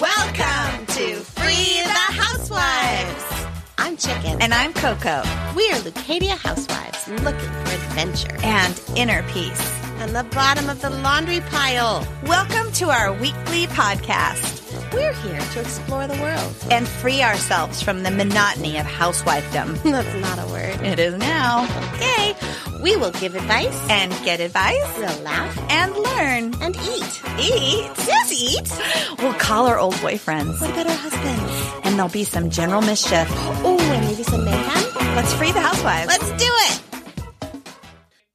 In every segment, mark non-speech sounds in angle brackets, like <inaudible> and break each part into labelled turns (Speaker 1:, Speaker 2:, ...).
Speaker 1: Welcome to Free the Housewives. I'm Chicken.
Speaker 2: And I'm Coco.
Speaker 1: we are Lucadia Housewives looking for adventure
Speaker 2: And Inner Peace.
Speaker 1: on the bottom of the laundry pile.
Speaker 2: Welcome to our weekly podcast
Speaker 1: We're here to explore the world. <laughs>
Speaker 2: and free ourselves from the monotony of housewifedom.
Speaker 1: That's not a word.
Speaker 2: It is now.
Speaker 1: Okay. We will give advice,
Speaker 2: And get advice
Speaker 1: we'll laugh,
Speaker 2: and learn.
Speaker 1: and eat.
Speaker 2: Eat. Just eat. We'll call our old boyfriends
Speaker 1: What about our husbands?
Speaker 2: and there'll be some general mischief.
Speaker 1: Oh, and maybe some mayhem?
Speaker 2: Let's free the housewives.
Speaker 1: Let's do it.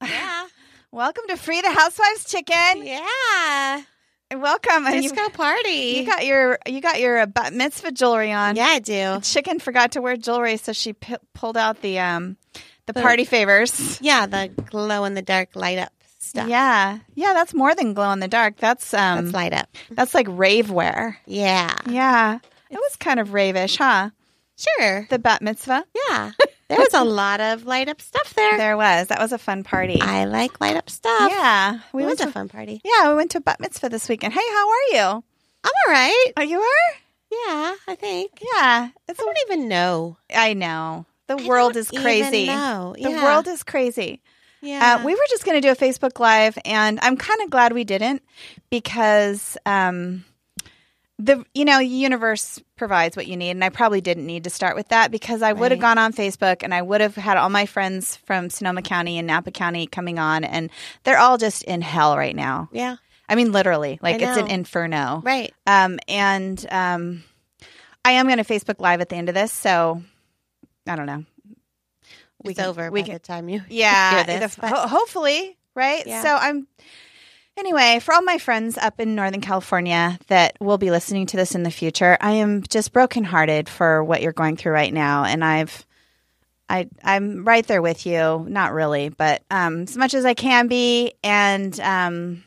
Speaker 1: Yeah.
Speaker 2: Welcome to Free the Housewives
Speaker 1: <sighs>
Speaker 2: Chicken.
Speaker 1: Yeah.
Speaker 2: And Welcome. And you,
Speaker 1: Disco party.
Speaker 2: you got your you got your uh, bat mitzvah jewelry on.
Speaker 1: yeah, I do.
Speaker 2: Chicken forgot to wear jewelry, so she p- pulled out the um the party favors.
Speaker 1: Yeah, the glow in the dark light up stuff.
Speaker 2: <laughs> Yeah. Yeah, that's more than glow in the dark. That's um
Speaker 1: Let's light up.
Speaker 2: that's like rave wear.
Speaker 1: Yeah.
Speaker 2: Yeah. It was kind of ravish, huh?
Speaker 1: Sure.
Speaker 2: The bat mitzvah.
Speaker 1: Yeah. There was a lot of light up stuff there.
Speaker 2: There was. That was a fun party.
Speaker 1: I like light up stuff.
Speaker 2: yeah.
Speaker 1: We
Speaker 2: We
Speaker 1: it
Speaker 2: went
Speaker 1: was
Speaker 2: to
Speaker 1: a fun party.
Speaker 2: Yeah, we went to a bat mitzvah this weekend. Hey, how are you?
Speaker 1: I'm all right.
Speaker 2: Oh, you are?
Speaker 1: Yeah, I think.
Speaker 2: Yeah. It's
Speaker 1: I don't even know.
Speaker 2: I know. The
Speaker 1: I
Speaker 2: world
Speaker 1: don't
Speaker 2: is crazy.
Speaker 1: Even know.
Speaker 2: The
Speaker 1: Yeah.
Speaker 2: world is crazy.
Speaker 1: Yeah.
Speaker 2: Uh, we were just going to do a Facebook Live, and I'm kind of glad we didn't because um, the you know universe provides what you need, and I probably didn't need to start with that because I would have
Speaker 1: Right.
Speaker 2: gone on Facebook and I would have had all my friends from Sonoma County and Napa County coming on, and they're all just in hell right now.
Speaker 1: yeah.
Speaker 2: I mean, literally, like it's an
Speaker 1: know.
Speaker 2: inferno.
Speaker 1: Right.
Speaker 2: Um, and um, I am going to Facebook Live at the end of this, so I don't know. We
Speaker 1: it's
Speaker 2: can-
Speaker 1: over
Speaker 2: we
Speaker 1: by
Speaker 2: can-
Speaker 1: the time you.
Speaker 2: yeah,
Speaker 1: hear this,
Speaker 2: the-
Speaker 1: but-
Speaker 2: ho- hopefully, right?
Speaker 1: Yeah.
Speaker 2: So I'm. Anyway, for all my friends up in Northern California that will be listening to this in the future, I am just brokenhearted for what you're going through right now, and I've. I, I'm right there with you. Not really, but um, as much as I can be. And um,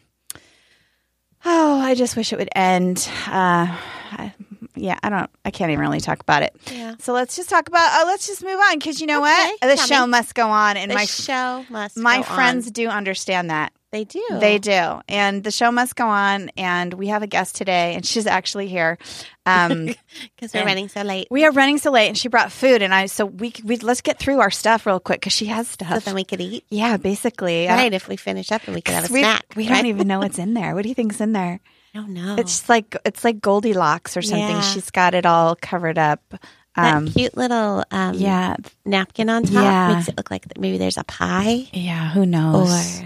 Speaker 2: oh, I just wish it would end. Uh, I, yeah, I don't. I can't even really talk about it.
Speaker 1: Yeah.
Speaker 2: So let's just talk about. Oh, let's just move on because you know what?
Speaker 1: Okay,
Speaker 2: The
Speaker 1: tell
Speaker 2: show
Speaker 1: me.
Speaker 2: must go on, and
Speaker 1: The
Speaker 2: my
Speaker 1: show must.
Speaker 2: my
Speaker 1: go
Speaker 2: friends
Speaker 1: on. Oh.
Speaker 2: do understand that.
Speaker 1: they do.
Speaker 2: They do. And the show must go on. And we have a guest today, and she's actually here.
Speaker 1: <laughs>
Speaker 2: Um,
Speaker 1: because we're
Speaker 2: and-
Speaker 1: running so late.
Speaker 2: we are running so late, and she brought food. And I, so we, we let's get through our stuff real quick because she has
Speaker 1: So
Speaker 2: stuff.
Speaker 1: then we could eat.
Speaker 2: yeah, basically. I don't-
Speaker 1: Right. If we finish up and we could have a
Speaker 2: we,
Speaker 1: snack.
Speaker 2: we
Speaker 1: right?
Speaker 2: don't even know what's in there. What do you think's
Speaker 1: <laughs>
Speaker 2: in there?
Speaker 1: I don't know.
Speaker 2: It's just like it's like Goldilocks or something.
Speaker 1: Yeah.
Speaker 2: She's got it all covered up.
Speaker 1: that
Speaker 2: Um,
Speaker 1: cute little um,
Speaker 2: yeah,
Speaker 1: napkin on top
Speaker 2: Yeah.
Speaker 1: makes it look like maybe there's a pie.
Speaker 2: yeah. Who
Speaker 1: or
Speaker 2: knows?
Speaker 1: s-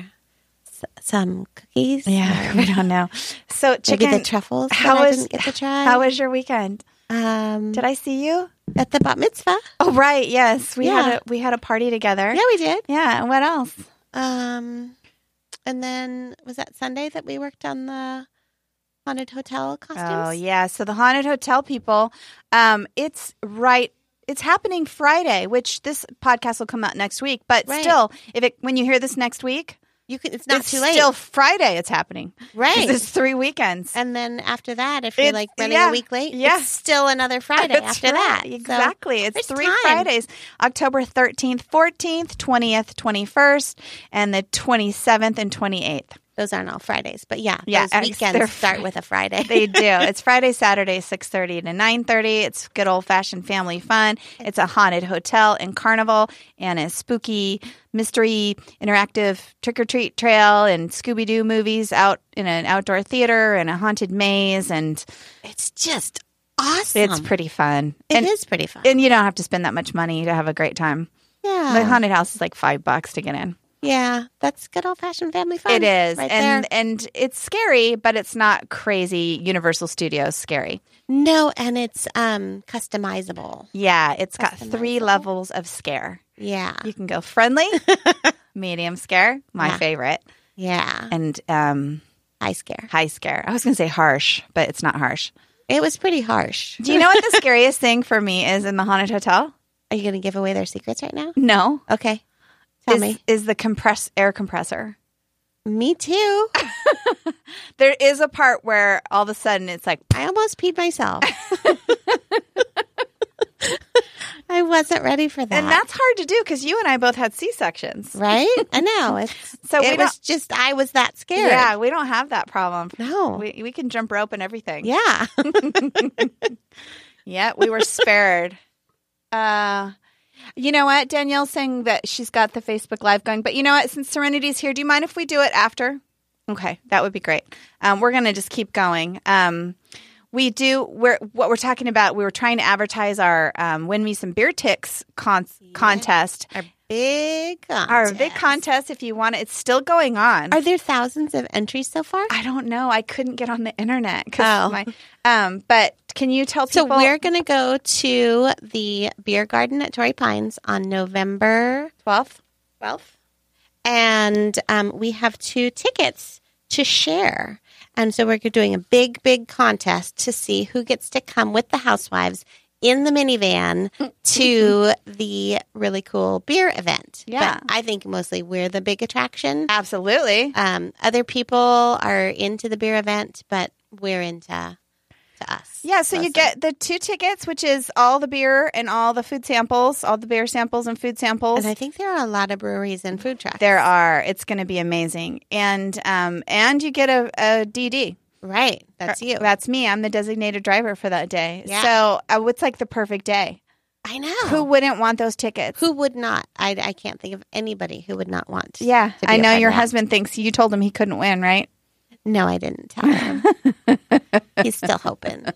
Speaker 1: some cookies.
Speaker 2: yeah, <laughs>
Speaker 1: or
Speaker 2: we don't know. So
Speaker 1: maybe
Speaker 2: chicken.
Speaker 1: the truffles.
Speaker 2: how
Speaker 1: that I
Speaker 2: was-
Speaker 1: didn't get to try?
Speaker 2: how was your weekend?
Speaker 1: um,
Speaker 2: Did I see you?
Speaker 1: at the bat mitzvah?
Speaker 2: Oh right, yes. We
Speaker 1: Yeah.
Speaker 2: had a we had a party together.
Speaker 1: Yeah, we did.
Speaker 2: Yeah, and what else?
Speaker 1: Um, and then was that Sunday that we worked on the haunted hotel costumes?
Speaker 2: Oh yeah. So the haunted hotel people, um, it's right it's happening Friday, which this podcast will come out next week, but
Speaker 1: Right.
Speaker 2: still if it when you hear this next week,
Speaker 1: you can. It's not
Speaker 2: it's
Speaker 1: too late,
Speaker 2: still Friday it's happening. 'Cause <laughs>
Speaker 1: right?
Speaker 2: It's three weekends.
Speaker 1: and then after that, if you're
Speaker 2: It's-
Speaker 1: like running
Speaker 2: yeah,
Speaker 1: a week late,
Speaker 2: yeah.
Speaker 1: it's still another Friday
Speaker 2: <laughs> That's
Speaker 1: after
Speaker 2: right.
Speaker 1: that. So,
Speaker 2: Exactly. it's
Speaker 1: there's
Speaker 2: three
Speaker 1: time.
Speaker 2: Fridays October 13th, 14th, 20th, 21st, and the 27th and 28th.
Speaker 1: those aren't all Fridays, but yeah,
Speaker 2: Yeah,
Speaker 1: those
Speaker 2: ex- they're
Speaker 1: weekends start with a Friday.
Speaker 2: They do. It's Friday, Saturday, six thirty to nine thirty. It's good old fashioned family fun. It's a haunted hotel and carnival, and a spooky mystery interactive trick or treat trail and Scooby Doo movies out in an outdoor theater and a haunted maze, and
Speaker 1: <laughs> it's just awesome.
Speaker 2: it's pretty fun.
Speaker 1: It
Speaker 2: and,
Speaker 1: is pretty fun.
Speaker 2: and you don't have to spend that much money to have a great time.
Speaker 1: yeah.
Speaker 2: The haunted house is like five bucks to get in.
Speaker 1: Yeah, that's good old fashioned family fun.
Speaker 2: it is,
Speaker 1: right
Speaker 2: and
Speaker 1: there.
Speaker 2: and it's scary, but it's not crazy. Universal Studios scary.
Speaker 1: No, and it's um customizable.
Speaker 2: Yeah, it's got
Speaker 1: Customizable.
Speaker 2: three levels of scare.
Speaker 1: Yeah,
Speaker 2: <laughs> You can go friendly, medium scare, my
Speaker 1: Yeah.
Speaker 2: favorite,
Speaker 1: Yeah.
Speaker 2: and um,
Speaker 1: High scare.
Speaker 2: high scare. I was going to say harsh, but it's not harsh.
Speaker 1: It was pretty harsh.
Speaker 2: Do you know <laughs> what the scariest thing for me is in the haunted hotel?
Speaker 1: Are you going to give away their secrets right now?
Speaker 2: No,
Speaker 1: Okay. Tell
Speaker 2: is,
Speaker 1: me.
Speaker 2: is the compress air compressor.
Speaker 1: Me too.
Speaker 2: There is a part where all of a sudden it's like
Speaker 1: I almost peed myself. <laughs> I wasn't ready for that.
Speaker 2: And that's <laughs> hard to do because you and I both had C sections.
Speaker 1: right? I know. It's,
Speaker 2: So we
Speaker 1: it was just, I was that scared.
Speaker 2: Yeah, we don't have that problem.
Speaker 1: No.
Speaker 2: We, we can jump rope and everything.
Speaker 1: yeah. <laughs>
Speaker 2: Yeah, we were spared. Uh, you know what? Danielle's saying that she's got the Facebook Live going, but you know what? Since Serenity's here, do you mind if we do it after? Okay, that would be great. Um, we're gonna just keep going. Um, we do. We're what we're talking about. We were trying to advertise our um, "Win Me Some Beer Ticks" con- contest.
Speaker 1: Big
Speaker 2: Our
Speaker 1: contest.
Speaker 2: big contest. If you want, it, it's still going on.
Speaker 1: Are there thousands of entries so far?
Speaker 2: I don't know. I couldn't get on the internet. 'cause
Speaker 1: Oh.
Speaker 2: my- um, but can you tell
Speaker 1: So
Speaker 2: people?
Speaker 1: we're going to go to the beer garden at Torrey Pines on November
Speaker 2: 12th?
Speaker 1: 12th. And um, we have two tickets to share. And so we're doing a big, big contest to see who gets to come with the housewives in the minivan
Speaker 2: <laughs>
Speaker 1: to the really cool beer event.
Speaker 2: Yeah.
Speaker 1: But I think mostly we're the big attraction.
Speaker 2: Absolutely.
Speaker 1: Um, other people are into the beer event, but we're into to us.
Speaker 2: Yeah, so you
Speaker 1: mostly.
Speaker 2: get the two tickets, which is all the beer and all the food samples, all the beer samples and food samples.
Speaker 1: And I think there are a lot of breweries and food trucks.
Speaker 2: there are. It's going to be amazing, and um, and you get a, a DD.
Speaker 1: Right. That's you.
Speaker 2: That's me. I'm the designated driver for that day.
Speaker 1: Yeah.
Speaker 2: So uh, it's like the perfect day.
Speaker 1: I know.
Speaker 2: Who wouldn't want those tickets?
Speaker 1: Who would not? I, I can't think of anybody who would not want.
Speaker 2: yeah,
Speaker 1: to be
Speaker 2: I
Speaker 1: a
Speaker 2: know
Speaker 1: part of
Speaker 2: your
Speaker 1: that.
Speaker 2: husband thinks you told him he couldn't win, right?
Speaker 1: No, I didn't tell
Speaker 2: <laughs>
Speaker 1: him. He's still hoping.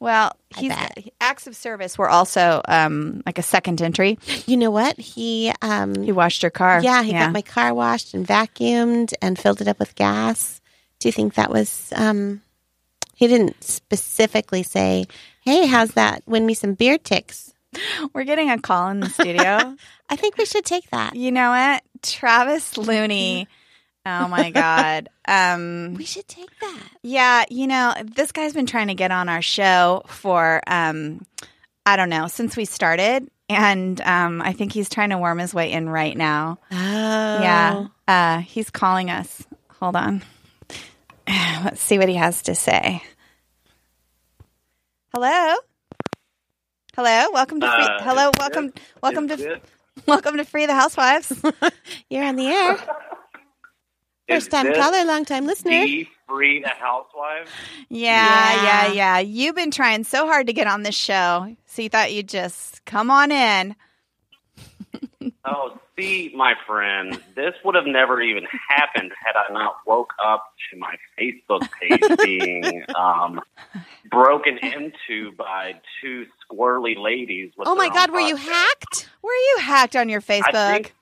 Speaker 2: Well,
Speaker 1: I
Speaker 2: he's,
Speaker 1: bet.
Speaker 2: acts of service were also um, like a second entry.
Speaker 1: You know what? He, um,
Speaker 2: You washed your car.
Speaker 1: yeah, he got my car washed and vacuumed and filled it up with gas. Do you think that was? Um, he didn't specifically say, "Hey, how's that? Win me some beer ticks."
Speaker 2: We're getting a call in the
Speaker 1: <laughs>
Speaker 2: studio.
Speaker 1: I think we should take that.
Speaker 2: you know what? Travis Looney. Oh
Speaker 1: <laughs>
Speaker 2: my God. Um,
Speaker 1: We should take that.
Speaker 2: yeah, you know, this guy's been trying to get on our show for, um, I don't know, since we started. And um, I think he's trying to worm his way in right now.
Speaker 1: Oh,
Speaker 2: Yeah. Uh, he's calling us. Hold on. <sighs> Let's see what he has to say. Hello. Hello. Welcome to free,
Speaker 3: Uh,
Speaker 2: Hello,
Speaker 3: is
Speaker 2: welcome
Speaker 3: this-
Speaker 2: welcome
Speaker 3: is
Speaker 2: to
Speaker 3: this-
Speaker 2: welcome to Free
Speaker 1: <laughs>
Speaker 2: the Housewives.
Speaker 1: You're on the air.
Speaker 3: is
Speaker 1: First time
Speaker 3: this
Speaker 1: caller, long time listener.
Speaker 3: The free the housewives.
Speaker 2: yeah, yeah,
Speaker 1: Yeah.
Speaker 2: yeah. You've been trying so hard to get on this show. So you thought you'd just come on in.
Speaker 3: Oh, see, my friend, this would have never even happened had I not woke up to my Facebook
Speaker 1: <laughs>
Speaker 3: page being um, broken into by two squirrely ladies. With
Speaker 1: Oh my
Speaker 3: their
Speaker 1: God,
Speaker 3: own
Speaker 1: were you
Speaker 3: podcast.
Speaker 1: hacked?
Speaker 2: Were you hacked on your
Speaker 3: I <laughs>
Speaker 2: Facebook?
Speaker 3: think,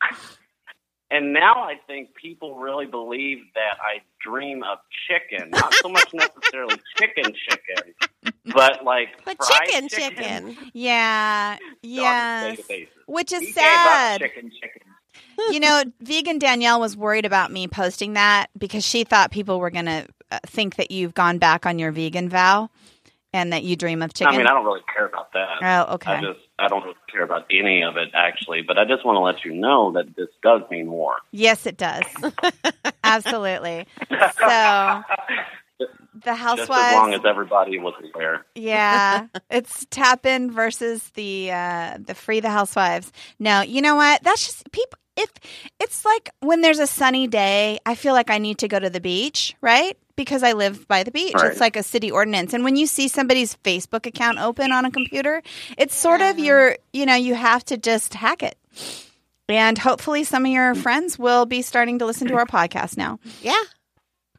Speaker 3: and now I think people really believe that I dream of chicken, not so
Speaker 1: <laughs>
Speaker 3: much necessarily chicken, chicken, but like
Speaker 1: But
Speaker 3: fried
Speaker 1: chicken,
Speaker 3: chicken,
Speaker 1: chicken.
Speaker 2: Yeah.
Speaker 3: on
Speaker 2: Yes.
Speaker 3: databases.
Speaker 2: Which
Speaker 3: He
Speaker 2: is
Speaker 3: gave up
Speaker 2: sad.
Speaker 3: Chicken, chicken.
Speaker 2: you know, vegan Danielle was worried about me posting that because she thought people were going to uh, think that you've gone back on your vegan vow and that you dream of chicken.
Speaker 3: I mean, I don't really care about that.
Speaker 2: oh, okay.
Speaker 3: I just I don't really care about any of it actually. But I just want to let you know that this does mean war.
Speaker 2: yes, it does. <laughs>
Speaker 3: <laughs>
Speaker 2: Absolutely. So the housewives.
Speaker 3: Just as long as everybody was aware.
Speaker 2: Yeah, it's tap in versus the uh, the free the housewives. No, you know what? That's just people. If it's like when there's a sunny day, I feel like I need to go to the beach, right? Because I live by the beach.
Speaker 3: Right.
Speaker 2: It's like a city ordinance. And when you see somebody's Facebook account open on a computer, it's sort of your, you know, you have to just hack it. And hopefully, some of your friends will be starting to listen to our podcast now.
Speaker 1: Yeah.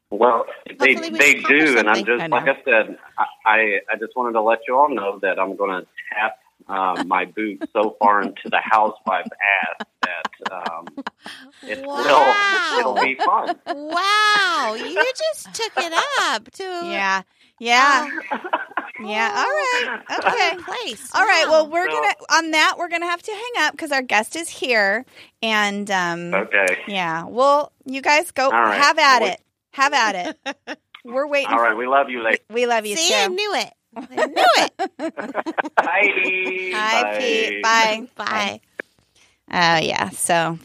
Speaker 3: Well, they
Speaker 1: Hopefully we
Speaker 3: they
Speaker 1: accomplish
Speaker 3: do, and I'm
Speaker 1: something.
Speaker 3: just
Speaker 2: I know.
Speaker 3: like I said. I- I I just wanted to let you all know that I'm going to tap um, my boot so far into the housewife ass that um,
Speaker 2: <laughs>
Speaker 3: it
Speaker 1: Wow.
Speaker 3: will it'll be fun.
Speaker 1: Wow, you just took it up to
Speaker 2: Yeah. Yeah. Yeah. All right. <laughs> Okay.
Speaker 1: Place.
Speaker 2: All right. Well, we're
Speaker 3: So-
Speaker 2: gonna on that we're gonna have to hang up because our guest is here, and um, <laughs>
Speaker 3: Okay.
Speaker 2: yeah. Well, you guys go
Speaker 3: All right.
Speaker 2: have at
Speaker 3: Well,
Speaker 2: it. Have at it.
Speaker 3: <laughs>
Speaker 2: We're waiting.
Speaker 3: All right. We love you, ladies.
Speaker 2: We love you
Speaker 1: see, I
Speaker 2: too.
Speaker 1: knew it.
Speaker 2: <laughs>
Speaker 1: I knew it.
Speaker 3: Bye.
Speaker 2: Hi, Pete. Bye.
Speaker 1: Bye.
Speaker 2: Uh, yeah. So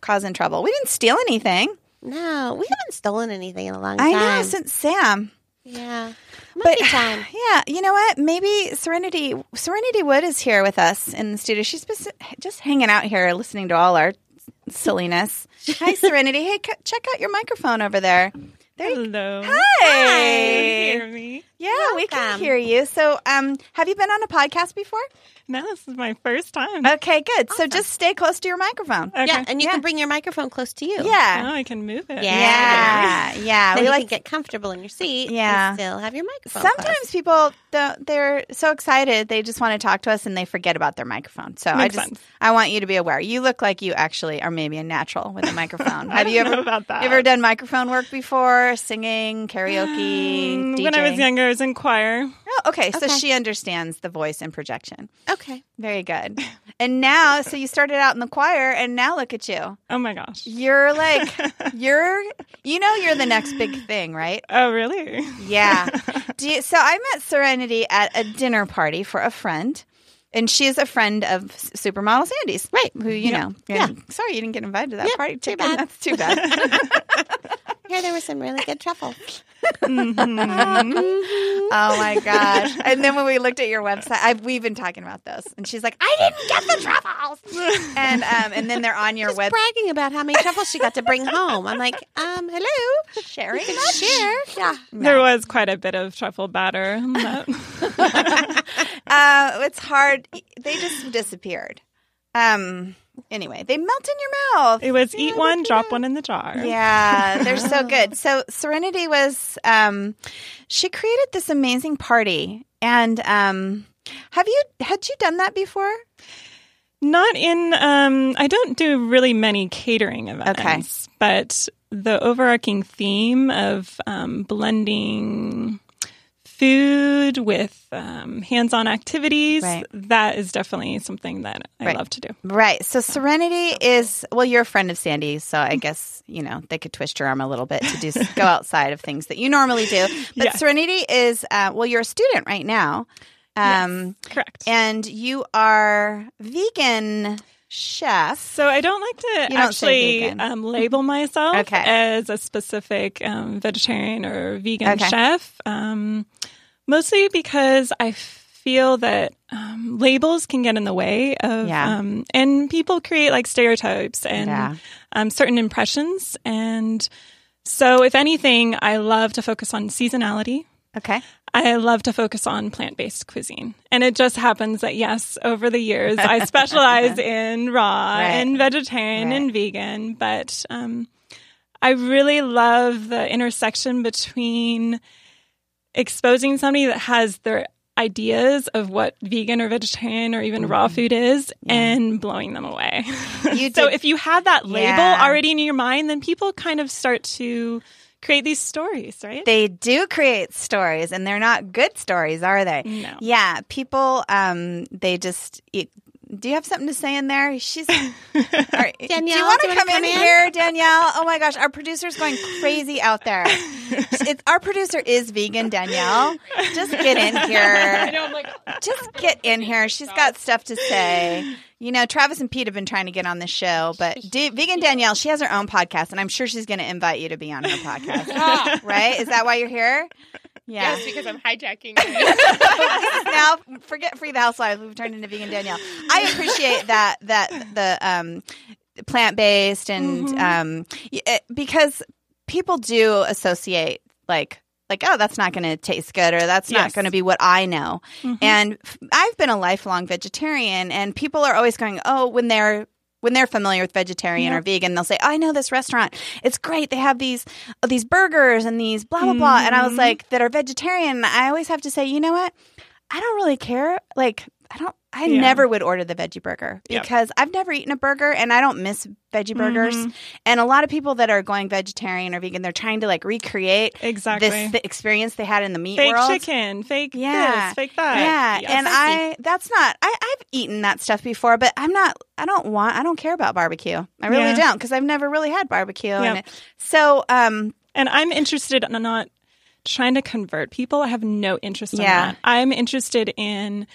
Speaker 2: causing trouble. We didn't steal anything.
Speaker 1: No, we haven't stolen anything in a long
Speaker 2: I
Speaker 1: time.
Speaker 2: know since Sam.
Speaker 1: yeah,
Speaker 2: But
Speaker 1: Monkey
Speaker 2: <sighs>
Speaker 1: time.
Speaker 2: yeah, you know what? Maybe Serenity Serenity Wood is here with us in the studio. She's been just hanging out here listening to all our
Speaker 1: <laughs>
Speaker 2: silliness. Hi Serenity. Hey, c- check out your microphone over there. There you
Speaker 4: Hello.
Speaker 2: Hey.
Speaker 4: Hear me?
Speaker 2: Yeah, we can
Speaker 1: Welcome.
Speaker 2: hear you. So, um, have you been on a podcast before?
Speaker 4: No, this is my first time.
Speaker 2: Okay, good. So just stay close to your microphone.
Speaker 4: Okay.
Speaker 1: Yeah, and you
Speaker 2: Uh, Yeah.
Speaker 1: can bring your microphone close to you.
Speaker 2: Oh, Yeah.
Speaker 4: Now I can move
Speaker 1: Yeah.
Speaker 4: it.
Speaker 2: Yeah. Yeah.
Speaker 1: Then
Speaker 2: We
Speaker 1: you
Speaker 2: like
Speaker 1: can get comfortable in your seat.
Speaker 2: Yeah.
Speaker 1: and still have your microphone. close.
Speaker 2: Sometimes people don't- they're so excited they just want to talk to us and they forget about their microphone. So I
Speaker 4: Makes
Speaker 2: just
Speaker 4: sense.
Speaker 2: I want you to be aware. You look like you actually are maybe a natural <laughs> with a microphone.
Speaker 4: I
Speaker 2: Have
Speaker 4: don't
Speaker 2: you ever
Speaker 4: know about that?
Speaker 2: you ever done microphone work before? Singing, karaoke,
Speaker 4: Mm,
Speaker 2: DJing?
Speaker 4: When I was younger, I was in choir.
Speaker 2: Oh, okay, so
Speaker 1: Okay.
Speaker 2: she understands the voice and projection.
Speaker 1: Okay.
Speaker 2: Very good. And now, so you started out in the choir, and now look at you.
Speaker 4: Oh my gosh.
Speaker 1: <laughs>
Speaker 2: You're like you're you know you're the next big thing, right?
Speaker 4: Oh really?
Speaker 2: Yeah. Do you, so I met Serenity at a dinner party for a friend, and she's a friend of S- Supermodel Sandy's.
Speaker 1: Right.
Speaker 2: Who you know.
Speaker 1: Yeah.
Speaker 2: And- Sorry you didn't get invited to that
Speaker 1: Yep,
Speaker 2: party.
Speaker 1: too
Speaker 2: chicken.
Speaker 1: bad.
Speaker 2: That's
Speaker 1: <laughs>
Speaker 2: too bad.
Speaker 1: Here there were some really good truffles.
Speaker 4: Mhm.
Speaker 2: oh my gosh. And then when we looked at your website, I've, we've been talking about this, and she's like, I didn't get the truffles. and um, and then they're on your
Speaker 1: Just
Speaker 2: web.
Speaker 1: bragging about how many truffles she got to bring home. I'm like, <laughs> um, hello, sharing, share. Yeah.
Speaker 4: There was quite a bit of truffle batter.
Speaker 2: <laughs>
Speaker 4: in that.
Speaker 2: Uh, it's hard. They just disappeared. Um. Anyway, they melt in your mouth.
Speaker 4: it was eat one, drop one in the jar.
Speaker 2: Yeah, they're
Speaker 4: <laughs>
Speaker 2: so good. So Serenity was um she created this amazing party and um have you had you done that before?
Speaker 4: Not in. Um, I don't do really many catering events.
Speaker 2: Okay.
Speaker 4: But the overarching theme of um, blending food with um, hands-on activities
Speaker 2: Right.
Speaker 4: that is definitely something that I
Speaker 2: Right.
Speaker 4: love to do.
Speaker 2: Right. So Serenity is well you're a friend of Sandy's, so I guess, you know, they could twist your arm a little bit to do
Speaker 4: <laughs>
Speaker 2: go outside of things that you normally do. But
Speaker 4: Yes.
Speaker 2: Serenity is uh well you're a student right now. Um
Speaker 4: Correct.
Speaker 2: and you are vegan chef.
Speaker 4: So I don't like to
Speaker 2: You don't say
Speaker 4: actually
Speaker 2: vegan.
Speaker 4: um, label myself
Speaker 2: Okay.
Speaker 4: as a specific um, vegetarian or vegan
Speaker 2: Okay.
Speaker 4: chef, um, mostly because I feel that um, labels can get in the way of,
Speaker 2: Yeah.
Speaker 4: um, and people create like stereotypes and
Speaker 2: Yeah.
Speaker 4: um, certain impressions. And so, if anything, I love to focus on seasonality.
Speaker 2: Okay.
Speaker 4: I love to focus on plant based cuisine. And it just happens that, yes, over the
Speaker 2: <laughs>
Speaker 4: years, I specialize in raw
Speaker 2: Right.
Speaker 4: and vegetarian and vegan. But um, I really love the intersection between exposing somebody that has their ideas of what vegan or vegetarian or even raw food is and blowing them away.
Speaker 2: Mm-hmm.
Speaker 4: <laughs>
Speaker 2: You
Speaker 4: so
Speaker 2: did-
Speaker 4: if you have that label
Speaker 2: Yeah.
Speaker 4: already in your mind, then people kind of start to create these stories, right?
Speaker 2: They do create stories, and they're not good stories, are they?
Speaker 4: No.
Speaker 2: Yeah, people. Um, they just. It, do you have something to say in there?
Speaker 4: <laughs>
Speaker 2: She's. Are- do you
Speaker 1: Danielle,
Speaker 2: want
Speaker 1: do
Speaker 2: to
Speaker 1: you wanna
Speaker 2: come, in,
Speaker 1: come in?
Speaker 2: here, Danielle? Oh my gosh, our producer's going crazy out
Speaker 4: <laughs>
Speaker 2: there. It's, our producer is vegan, Danielle. Just get
Speaker 4: <laughs>
Speaker 2: in here. Just get in here. She's got stuff to say. You know, Travis and Pete have been trying to get on this show, but D- Vegan Danielle, she has her own podcast, and I'm sure she's going to invite you to be on her podcast. Right? Is that why you're here? Yeah.
Speaker 5: Yes, because I'm hijacking.
Speaker 2: <laughs> now forget free the housewives. We've turned into vegan Danielle. I appreciate that that the um, plant based and um, y- eh, because people do associate like like oh that's not going to taste good or that's not
Speaker 4: Yes.
Speaker 2: going to be what I know.
Speaker 4: Mm-hmm.
Speaker 2: And f- I've been a lifelong vegetarian, and people are always going oh when they're when they're familiar with vegetarian or vegan, they'll say, oh, "I know this restaurant. It's great. They have these these burgers and these blah blah blah." And I
Speaker 4: Mm-hmm.
Speaker 2: was like, "That are vegetarian." I always have to say, "You know what? I don't really care. Like, I don't. I
Speaker 4: Yeah.
Speaker 2: never would order the veggie burger
Speaker 5: Yep.
Speaker 2: because I've never eaten a burger and I don't miss veggie burgers.
Speaker 4: Mhm.
Speaker 2: And a lot of people that are going vegetarian or vegan, they're trying to like recreate
Speaker 4: Exactly.
Speaker 2: this the experience they had in the meat
Speaker 4: fake
Speaker 2: world.
Speaker 4: chicken, fake
Speaker 2: Yeah.
Speaker 4: this, fake that.
Speaker 2: Yeah,
Speaker 4: Yes.
Speaker 2: and I that's not I I've eaten that stuff before, but I'm not I don't want I don't care about barbecue. I really
Speaker 4: Yeah.
Speaker 2: don't because I've never really had barbecue. And
Speaker 4: Yep.
Speaker 2: it- so um
Speaker 4: and I'm interested in not trying to convert people. I have no interest in
Speaker 2: Yeah.
Speaker 4: that. I'm interested in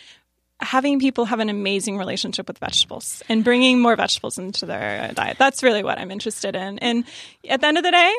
Speaker 4: having people have an amazing relationship with vegetables and bringing more vegetables into their diet. That's really what I'm interested in. And at the end of the day,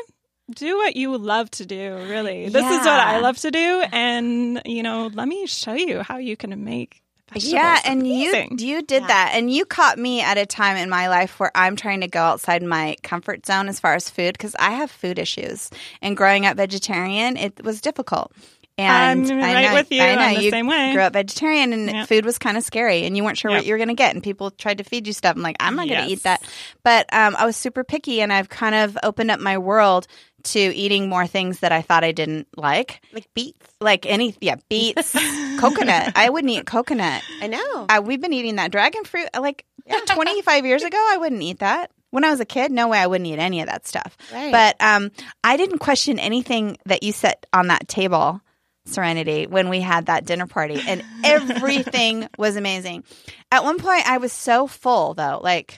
Speaker 4: do what you love to do, really. This is what I
Speaker 2: Yeah.
Speaker 4: love to do and, you know, let me show you how you can make vegetables.
Speaker 2: Yeah, and
Speaker 4: amazing.
Speaker 2: <laughs>
Speaker 4: <laughs>
Speaker 2: you you did
Speaker 1: Yeah.
Speaker 2: that, and you caught me at a time in my life where I'm trying to go outside my comfort zone as far as food because I have food issues, and growing up vegetarian, it was difficult. And
Speaker 4: I'm
Speaker 2: I
Speaker 4: right
Speaker 2: know,
Speaker 4: with you.
Speaker 2: I know
Speaker 4: I'm the
Speaker 2: you
Speaker 4: same way.
Speaker 2: grew up vegetarian, and
Speaker 4: Yep.
Speaker 2: food was kind of scary, and you weren't sure
Speaker 4: Yep.
Speaker 2: what you were going to get, and people tried to feed you stuff. I'm like, I'm not going
Speaker 4: Yes.
Speaker 2: to eat that, but um, I was super picky, and I've kind of opened up my world to eating more things that I thought I didn't like,
Speaker 1: like beets.
Speaker 2: like any yeah
Speaker 4: <laughs>
Speaker 2: beets, coconut. I wouldn't eat coconut.
Speaker 1: I know.
Speaker 2: Uh, we've been eating that dragon fruit uh,
Speaker 4: <laughs>
Speaker 2: like 25 years ago. I wouldn't eat that. When I was a kid, no way I wouldn't eat any of that stuff.
Speaker 1: Right.
Speaker 2: But um, I didn't question anything that you set on that table, Serenity, when we had that dinner party,
Speaker 4: <laughs>
Speaker 2: and everything was amazing. At one point, I was so full though, like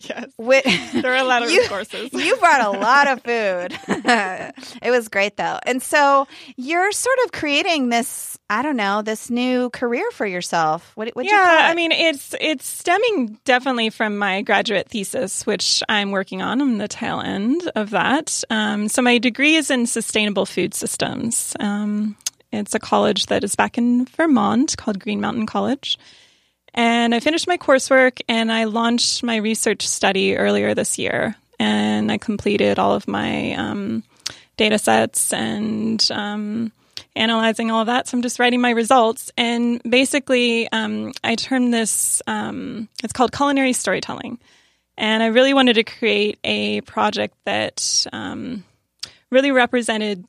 Speaker 4: yes.
Speaker 2: with.
Speaker 4: There are a lot of
Speaker 2: You-
Speaker 4: resources.
Speaker 2: <laughs> You brought a lot of food. <laughs> it was great though. And so you're sort of creating this, I don't know, this new career for yourself. What would you
Speaker 4: yeah,
Speaker 2: call it?
Speaker 4: I mean, it's it's stemming definitely from my graduate thesis, which I'm working on. I'm the tail end of that. Um, so my degree is in sustainable food systems. Um, it's a college that is back in Vermont called Green Mountain College. And I finished my coursework and I launched my research study earlier this year. And I completed all of my um, data sets and um, analyzing all of that. So I'm just writing my results. And basically, um, I term this, um, it's called culinary storytelling. And I really wanted to create a project that um, really represented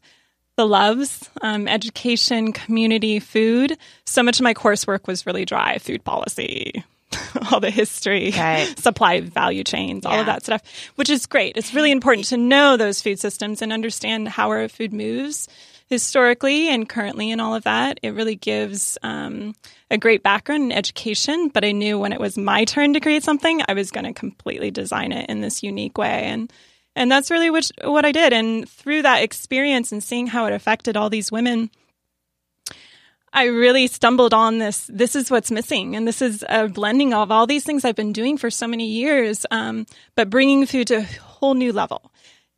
Speaker 4: the loves um, education, community, food. So much of my coursework was really dry food policy. <laughs> All the history,
Speaker 2: Right.
Speaker 4: <laughs> supply value chains, all of
Speaker 2: Yeah.
Speaker 4: that stuff, which is great. It's really important to know those food systems and understand how our food moves historically and currently and all of that. It really gives um, a great background and education. But I knew when it was my turn to create something, I was going to completely design it in this unique way. And and that's really which, what I did. And through that experience and seeing how it affected all these women, I really stumbled on this. This is what's missing, and this is a blending of all these things I've been doing for so many years, um, but bringing food to a whole new level.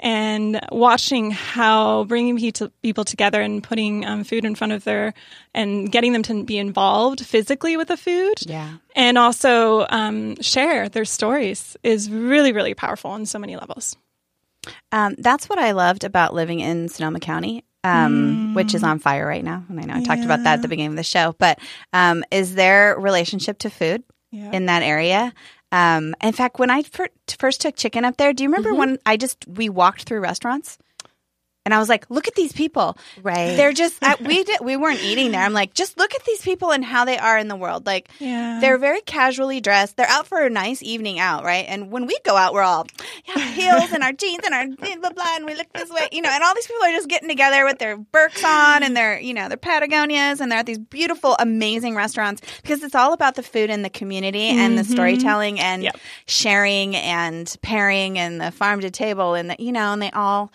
Speaker 4: And watching how bringing pe- to- people together and putting um, food in front of their and getting them to be involved physically with the food,
Speaker 2: Yeah.
Speaker 4: and also um, share their stories is really really powerful on so many levels.
Speaker 2: Um, that's what I loved about living in Sonoma County, um, which is on fire right now. And I know I talked about that at the beginning of the show, but um, is their relationship to food
Speaker 4: Yeah.
Speaker 2: in that area? Um, in fact, when I fir- first took chicken up there, do you remember when I just we walked through restaurants? And I was like, "Look at these people!
Speaker 1: Right.
Speaker 2: They're just I, we did, we weren't eating there. I'm like, just look at these people and how they are in the world. Like,
Speaker 4: Yeah.
Speaker 2: They're very casually dressed. They're out for a nice evening out, right? And when we go out, we're all yeah, heels and our jeans and our blah, blah blah, and we look this way, you know. And all these people are just getting together with their Birks on and their you know their Patagonias, and they're at these beautiful, amazing restaurants because it's all about the food and the community and the storytelling and
Speaker 4: Mm-hmm. Yep.
Speaker 2: sharing and pairing and the farm to table and the, you know, and they all.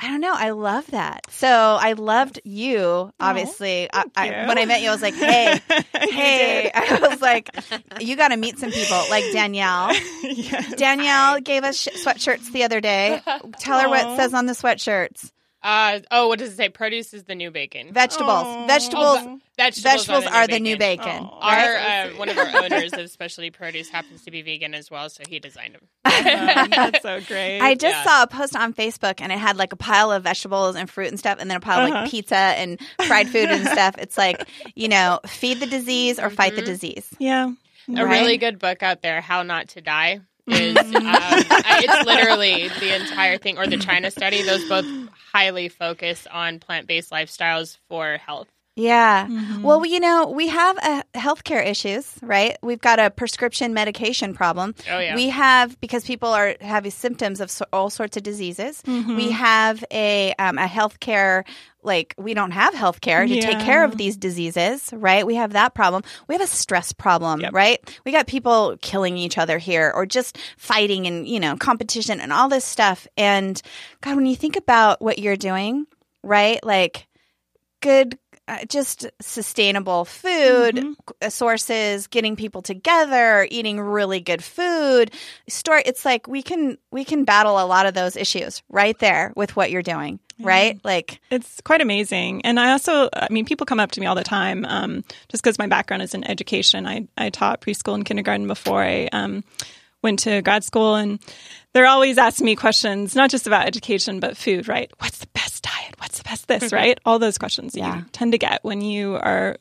Speaker 2: I don't know. I love that. So I loved you, obviously. I, I,
Speaker 4: you.
Speaker 2: when I met you, I was like, hey, hey. <laughs> I was like, you got to meet some people like Danielle.
Speaker 4: Yes.
Speaker 2: Danielle gave us sh- sweatshirts the other day. Tell her what
Speaker 4: Aw.
Speaker 2: it says on the sweatshirts.
Speaker 6: Uh, oh, what does it say? Produce is the new bacon.
Speaker 2: Vegetables.
Speaker 4: Aw.
Speaker 2: Vegetables.
Speaker 6: Vegetables,
Speaker 2: Vegetables are the new
Speaker 6: bacon.
Speaker 2: bacon.
Speaker 4: Aw.
Speaker 6: Our
Speaker 4: That's
Speaker 2: <laughs>
Speaker 6: uh,
Speaker 4: so
Speaker 6: one of
Speaker 4: sweet.
Speaker 6: our owners of Specialty Produce happens to be vegan as well, so he designed them.
Speaker 4: Um, <laughs> that's so great.
Speaker 2: I just
Speaker 6: Yeah.
Speaker 2: saw a post on Facebook and it had like a pile of vegetables and fruit and stuff, and then a pile of
Speaker 4: Uh-huh.
Speaker 2: like pizza and fried food and stuff. It's like, you know, feed the disease or fight the disease.
Speaker 4: yeah.
Speaker 6: A
Speaker 2: Right.
Speaker 6: really good book out there, How Not
Speaker 2: <laughs>
Speaker 6: to Die. Is, um, I- it's literally the entire thing, or the China study. Those both highly focus on plant based lifestyles for health.
Speaker 2: Yeah.
Speaker 6: Mm-hmm.
Speaker 2: Well, you know, we have uh, healthcare issues, right? We've got a prescription medication problem.
Speaker 6: Oh, yeah.
Speaker 2: We have because people are having symptoms of so- all sorts of diseases.
Speaker 6: Mm-hmm.
Speaker 2: We have a um, a healthcare like we don't have healthcare to take
Speaker 4: Yeah.
Speaker 2: care of these diseases, right? We have that problem. We have a stress problem, right? We got people killing each other here or just fighting and, you know, competition and all this stuff. And God, when you think about what you're doing, right? Like good, uh, just sustainable food uh, sources, getting people together, eating really good food. Store. It's like we can we can battle a lot of those issues right there with what you're doing, right? Like,
Speaker 4: It's quite amazing. And I also, I mean, people come up to me all the time um, just because my background is in education. I, I taught preschool and kindergarten before I um, went to grad school. And they're always asking me questions, not just about education, but food, right? What's the best diet? What's the best this, right? All those questions
Speaker 2: Yeah.
Speaker 4: you tend to get when you are,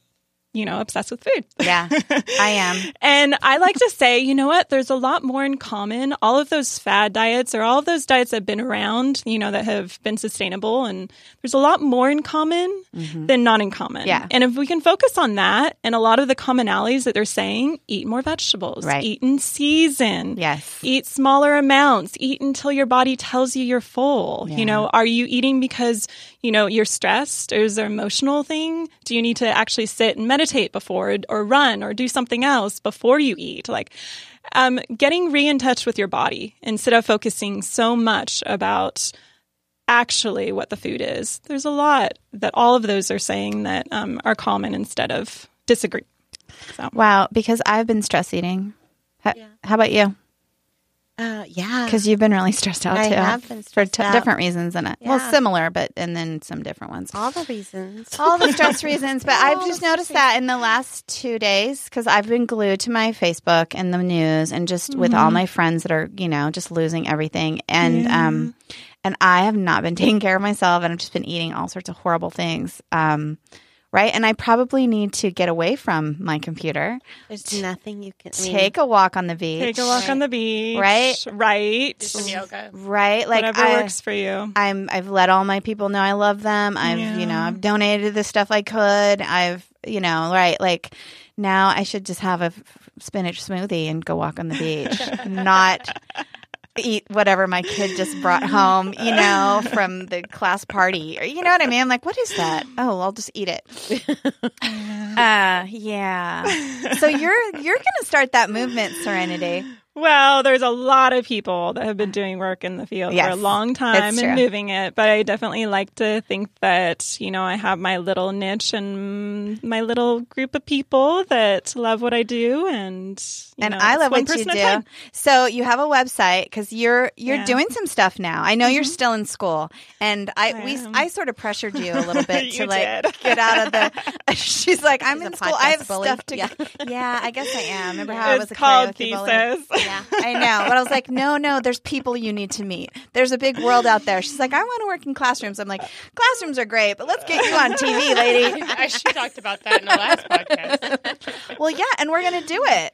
Speaker 4: you know, obsessed with food.
Speaker 2: yeah, I am.
Speaker 4: And I like to say, you know what? There's a lot more in common. All of those fad diets or all of those diets that have been around, you know, that have been sustainable. And there's a lot more in common than not in common.
Speaker 2: Mm-hmm. Yeah.
Speaker 4: And if we can focus on that and a lot of the commonalities that they're saying, eat more vegetables,
Speaker 2: Right.
Speaker 4: eat in season.
Speaker 2: Yes.
Speaker 4: Eat smaller amounts. Eat until your body tells you you're full. You know, are you eating because, you know, you're stressed? Or is there an emotional thing? Do you need to actually sit and meditate before or run or do something else before you eat? Like um, getting re in touch with your body instead of focusing so much about actually what the food is. There's a lot that all of those are saying that um, are common instead of disagree.
Speaker 2: Wow, because I've been stress eating. How, how about you?
Speaker 1: Uh, yeah.
Speaker 2: Because you've been really stressed out
Speaker 1: I
Speaker 2: too.
Speaker 1: have been
Speaker 2: for
Speaker 1: stressed out.
Speaker 2: different reasons in it.
Speaker 1: Yeah.
Speaker 2: Well, similar, but and then some different ones.
Speaker 1: all the reasons.
Speaker 2: all the <laughs> stress reasons. But I've
Speaker 1: All
Speaker 2: just
Speaker 1: the
Speaker 2: noticed
Speaker 1: stress
Speaker 2: that in the last two days because I've been glued to my Facebook and the news and just with all my friends that are you know just losing everything and um and I have not been <laughs> taking care of myself and I've just been eating all sorts of horrible things. Um, right, and I probably need to get away from my computer,
Speaker 1: There's nothing you can I mean,
Speaker 2: take a walk on the beach,
Speaker 4: Take a walk on the beach.
Speaker 2: Right.
Speaker 6: Do
Speaker 4: Right.
Speaker 6: some yoga.
Speaker 2: right, like
Speaker 4: Whatever
Speaker 2: I-
Speaker 4: works for you.
Speaker 2: I'm I've let all my people know I love them. I've you know
Speaker 4: Yeah.
Speaker 2: I've donated the stuff I could. I've you know right like now I should just have a f- spinach smoothie and go walk on the
Speaker 4: <laughs>
Speaker 2: beach, not eat whatever my kid just brought home. You know from the class party or you know what I mean. I'm like, what is that? Oh, I'll just
Speaker 4: <laughs>
Speaker 2: eat it. uh, yeah. So you're you're gonna start that movement, Serenity.
Speaker 4: Well, there's a lot of people that have been doing work in the field for a
Speaker 2: Yes,
Speaker 4: long time
Speaker 2: it's
Speaker 4: and
Speaker 2: true.
Speaker 4: moving it, but I definitely like to think that, you know, I have my little niche and my little group of people that love what I do and you
Speaker 2: and
Speaker 4: know,
Speaker 2: I
Speaker 4: it's
Speaker 2: love
Speaker 4: one
Speaker 2: what you
Speaker 4: person at a
Speaker 2: do.
Speaker 4: time.
Speaker 2: So you have a website because you're you're
Speaker 4: Yeah. Mm-hmm.
Speaker 2: doing some stuff now. I know you're still in school, and I,
Speaker 4: I
Speaker 2: we
Speaker 4: am.
Speaker 2: I sort of pressured you a
Speaker 4: <laughs>
Speaker 2: little bit to
Speaker 4: You
Speaker 2: like
Speaker 4: did.
Speaker 2: get out of
Speaker 4: <laughs>
Speaker 2: the. <laughs> She's like, I'm
Speaker 1: She's
Speaker 2: in
Speaker 1: a
Speaker 2: school. I
Speaker 1: podcast
Speaker 2: have
Speaker 1: bully."
Speaker 2: stuff to.
Speaker 1: Yeah.
Speaker 2: <laughs> Yeah. I guess I am. Remember how I was
Speaker 4: it's
Speaker 2: a
Speaker 4: called
Speaker 2: karaoke bully?
Speaker 4: thesis. <laughs>
Speaker 1: Yeah.
Speaker 2: I know, but I was like, no, no. There's people you need to meet. There's a big world out there. She's like, I want to work in classrooms. I'm like, classrooms are great, but let's get you on TV,
Speaker 4: <laughs>
Speaker 2: lady.
Speaker 6: I should talked about that in the last
Speaker 2: <laughs>
Speaker 6: podcast.
Speaker 2: Well, yeah, and we're gonna do it.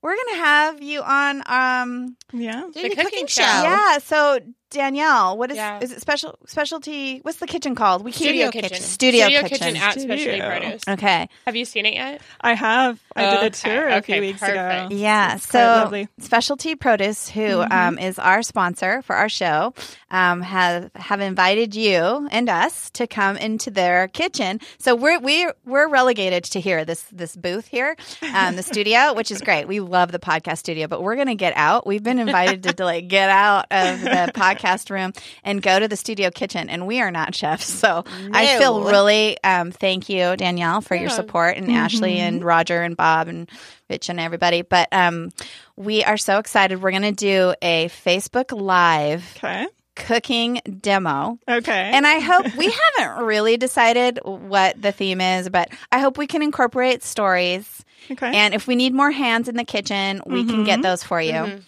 Speaker 2: We're gonna have you on. um
Speaker 4: Yeah.
Speaker 1: Doing
Speaker 6: The
Speaker 1: a cooking
Speaker 6: cooking
Speaker 1: show.
Speaker 6: show. Oh.
Speaker 2: Yeah. So Danielle, what is
Speaker 6: Yeah.
Speaker 2: is it special specialty? What's the kitchen called? We
Speaker 6: Studio
Speaker 2: can't-
Speaker 6: kitchen.
Speaker 2: Studio, kitchen.
Speaker 6: at
Speaker 4: Studio.
Speaker 6: Specialty Produce.
Speaker 2: Okay.
Speaker 6: Have you seen it yet?
Speaker 2: <laughs>
Speaker 4: I have. I did a
Speaker 6: Okay,
Speaker 4: tour a
Speaker 6: okay,
Speaker 4: few weeks
Speaker 6: perfect.
Speaker 4: ago.
Speaker 2: Yeah.
Speaker 4: It's
Speaker 2: So
Speaker 4: quite lovely. Mm-hmm.
Speaker 2: Specialty Produce, who um, is our sponsor for our show, um, have have invited you and us to come into their kitchen. So we're we we're relegated to here this this booth here, um, the studio, which is great. We love the podcast studio, but we're gonna get out. We've been invited to, to like get out of
Speaker 4: <laughs>
Speaker 2: the podcast room and go to the studio kitchen, and we are not chefs, so I feel
Speaker 1: No.
Speaker 2: really um, thank you Danielle for your
Speaker 6: Yeah.
Speaker 2: support and Ashley and Roger and Bob and Rich and everybody. But um, we are so excited. We're going to do a Facebook Live
Speaker 4: Okay.
Speaker 2: cooking demo.
Speaker 4: Okay.
Speaker 2: And I hope we haven't really decided what the theme is, but I hope we can incorporate stories.
Speaker 4: okay.
Speaker 2: And if we need more hands in the kitchen, we can get those for you.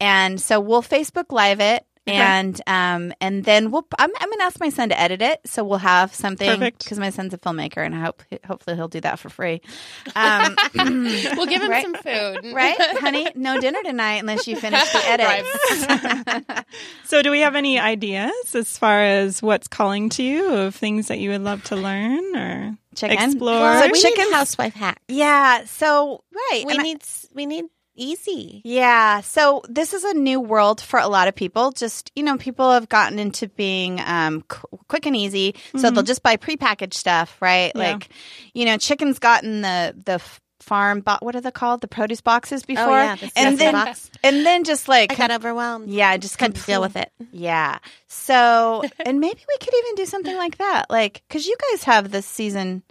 Speaker 2: And so we'll Facebook Live it. And um and then we'll I'm, I'm gonna ask my son to edit it so we'll have something
Speaker 4: Perfect.
Speaker 2: because my son's a filmmaker and I hope hopefully he'll do that for free. <laughs> Um,
Speaker 6: We'll give him
Speaker 2: Right.
Speaker 6: some food.
Speaker 2: right, honey? No dinner tonight unless you finish <laughs> the edit.
Speaker 4: <laughs> so do we have any ideas as far as what's calling to you of things that you would love to learn or
Speaker 2: chicken.
Speaker 4: Explore.
Speaker 1: Well,
Speaker 4: So
Speaker 1: we
Speaker 2: chicken-
Speaker 1: need housewife hack.
Speaker 2: Yeah. So right.
Speaker 1: We
Speaker 2: and I-
Speaker 1: need s we need easy.
Speaker 2: Yeah. So this is a new world for a lot of people. Just, you know, people have gotten into being um, qu- quick and easy. So
Speaker 4: Mhm.
Speaker 1: Mm-hmm.
Speaker 2: they'll just buy prepackaged stuff, right?
Speaker 4: Yeah.
Speaker 2: Like, you know, chicken's gotten the, the, f- Farm, bo- what are they called? The produce
Speaker 1: Oh,
Speaker 2: boxes before, and then
Speaker 1: box.
Speaker 2: and then just like
Speaker 1: I got overwhelmed.
Speaker 2: yeah, just
Speaker 1: Couldn't deal with it.
Speaker 2: yeah.
Speaker 1: <laughs>
Speaker 2: So and maybe we could even do something like that, like because you guys have this season,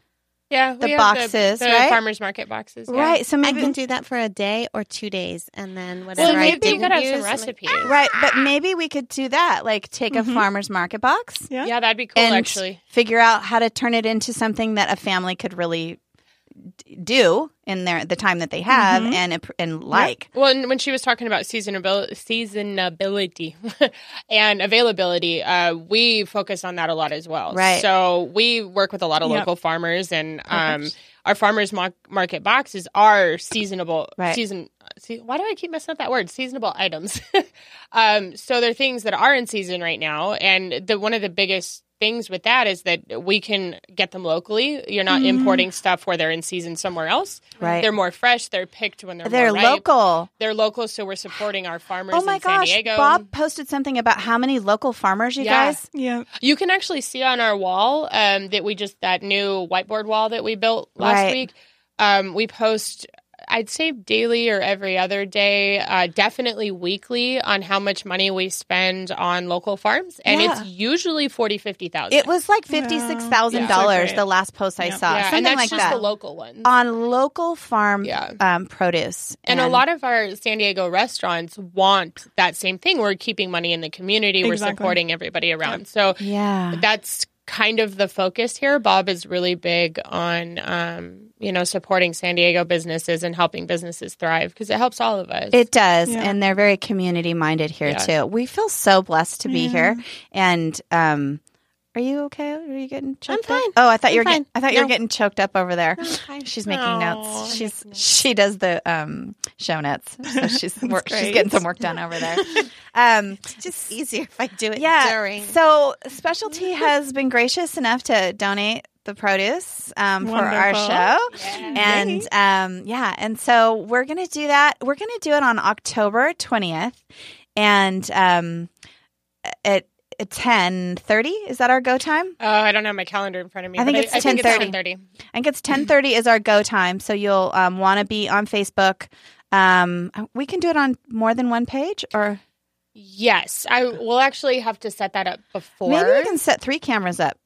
Speaker 6: Yeah,
Speaker 2: The
Speaker 6: we have
Speaker 2: boxes,
Speaker 6: the,
Speaker 2: right?
Speaker 6: farmers market boxes, yeah.
Speaker 2: right? So
Speaker 1: I
Speaker 2: maybe
Speaker 1: can do that for a day or two days, and then whatever
Speaker 6: Well,
Speaker 1: I
Speaker 6: maybe you
Speaker 1: didn't
Speaker 6: could have some
Speaker 1: use, I'm like,
Speaker 6: recipes.
Speaker 2: right, but maybe we could do that, like take a
Speaker 1: Mm-hmm.
Speaker 4: Mhm.
Speaker 2: farmer's market box.
Speaker 4: Yeah.
Speaker 6: Yeah, that'd be cool.
Speaker 2: and
Speaker 6: actually,
Speaker 2: figure out how to turn it into something that a family could really d- do in their the time that they have
Speaker 6: Mm-hmm.
Speaker 4: Mhm.
Speaker 2: and ap- and like.
Speaker 6: Well, and when she was talking about seasonability, seasonability <laughs> and availability, uh, we focus on that a lot as well.
Speaker 2: Right.
Speaker 6: So we work with a lot of
Speaker 4: Yep.
Speaker 6: local farmers, and um, our farmers mar- market boxes are seasonable.
Speaker 2: Right.
Speaker 6: Season. See, why do I keep messing up that word? Seasonable items. <laughs> um, so they're things that are in season right now, and the one of the biggest things with that is that we can get them locally. You're not importing stuff where they're in season somewhere else.
Speaker 2: Mm-hmm. Right.
Speaker 6: They're more fresh. They're picked when they're
Speaker 2: They're
Speaker 6: more ripe
Speaker 2: local.
Speaker 6: they're local, so we're supporting our farmers
Speaker 2: Oh my
Speaker 6: in San
Speaker 2: gosh.
Speaker 6: Diego.
Speaker 2: Bob posted something about how many local farmers you
Speaker 6: Yeah.
Speaker 2: guys.
Speaker 4: Yeah.
Speaker 6: You can actually see on our wall um, that we just that new whiteboard wall that we built last
Speaker 2: Right.
Speaker 6: week. Um, we post, I'd say daily or every other day, uh, definitely weekly, on how much money we spend on local farms, and
Speaker 2: Yeah.
Speaker 6: it's usually forty, fifty thousand.
Speaker 2: It was like $56,000
Speaker 4: Yeah.
Speaker 2: the last post I
Speaker 4: Yeah.
Speaker 2: saw.
Speaker 6: yeah,
Speaker 2: Something
Speaker 6: and that's
Speaker 2: like
Speaker 6: just
Speaker 2: that.
Speaker 6: the local ones.
Speaker 2: on local farm
Speaker 6: Yeah.
Speaker 2: um, produce.
Speaker 6: And a lot of our San Diego restaurants want that same thing. We're keeping money in the community. We're
Speaker 4: Exactly.
Speaker 6: supporting everybody around. So
Speaker 2: Yeah.
Speaker 6: that's kind of the focus here. Bob is really big on, um, you know, supporting San Diego businesses and helping businesses thrive because it helps all of us.
Speaker 2: It does,
Speaker 4: Yeah.
Speaker 2: and they're very community minded here
Speaker 6: Yeah.
Speaker 2: too. We feel so blessed to be
Speaker 4: Yeah.
Speaker 2: here. And um, are you okay? Are you getting choked? up?
Speaker 1: fine.
Speaker 2: Oh, I thought you
Speaker 1: I'm
Speaker 2: were. Getting,
Speaker 1: fine.
Speaker 2: I thought you were
Speaker 1: No.
Speaker 2: getting choked up over there.
Speaker 1: No, I'm fine.
Speaker 2: She's making
Speaker 6: Aw, I'm
Speaker 2: notes. She's she does the um, show notes.
Speaker 1: <laughs>
Speaker 2: So she's work, she's
Speaker 4: great.
Speaker 2: getting some work done over there. Um,
Speaker 1: It's just easier if I do it
Speaker 2: yeah.
Speaker 1: during.
Speaker 2: So
Speaker 1: <laughs>
Speaker 2: specialty has been gracious enough to donate the produce um, for our
Speaker 4: Wonderful.
Speaker 2: show.
Speaker 6: Yeah.
Speaker 2: And um, yeah, and so we're gonna do that. We're gonna do it on October twentieth, and um, at ten thirty is that our go time?
Speaker 6: Oh, I don't have my calendar in front of me.
Speaker 2: I think
Speaker 6: but
Speaker 2: it's
Speaker 6: I, think it's
Speaker 2: 10:30.
Speaker 6: 10:30.
Speaker 2: I think it's ten thirty is our go time. So you'll um, want to be on Facebook. Um, we can do it on more than one page, or
Speaker 6: Yes, I will actually have to set that up before.
Speaker 2: maybe we can set three cameras up.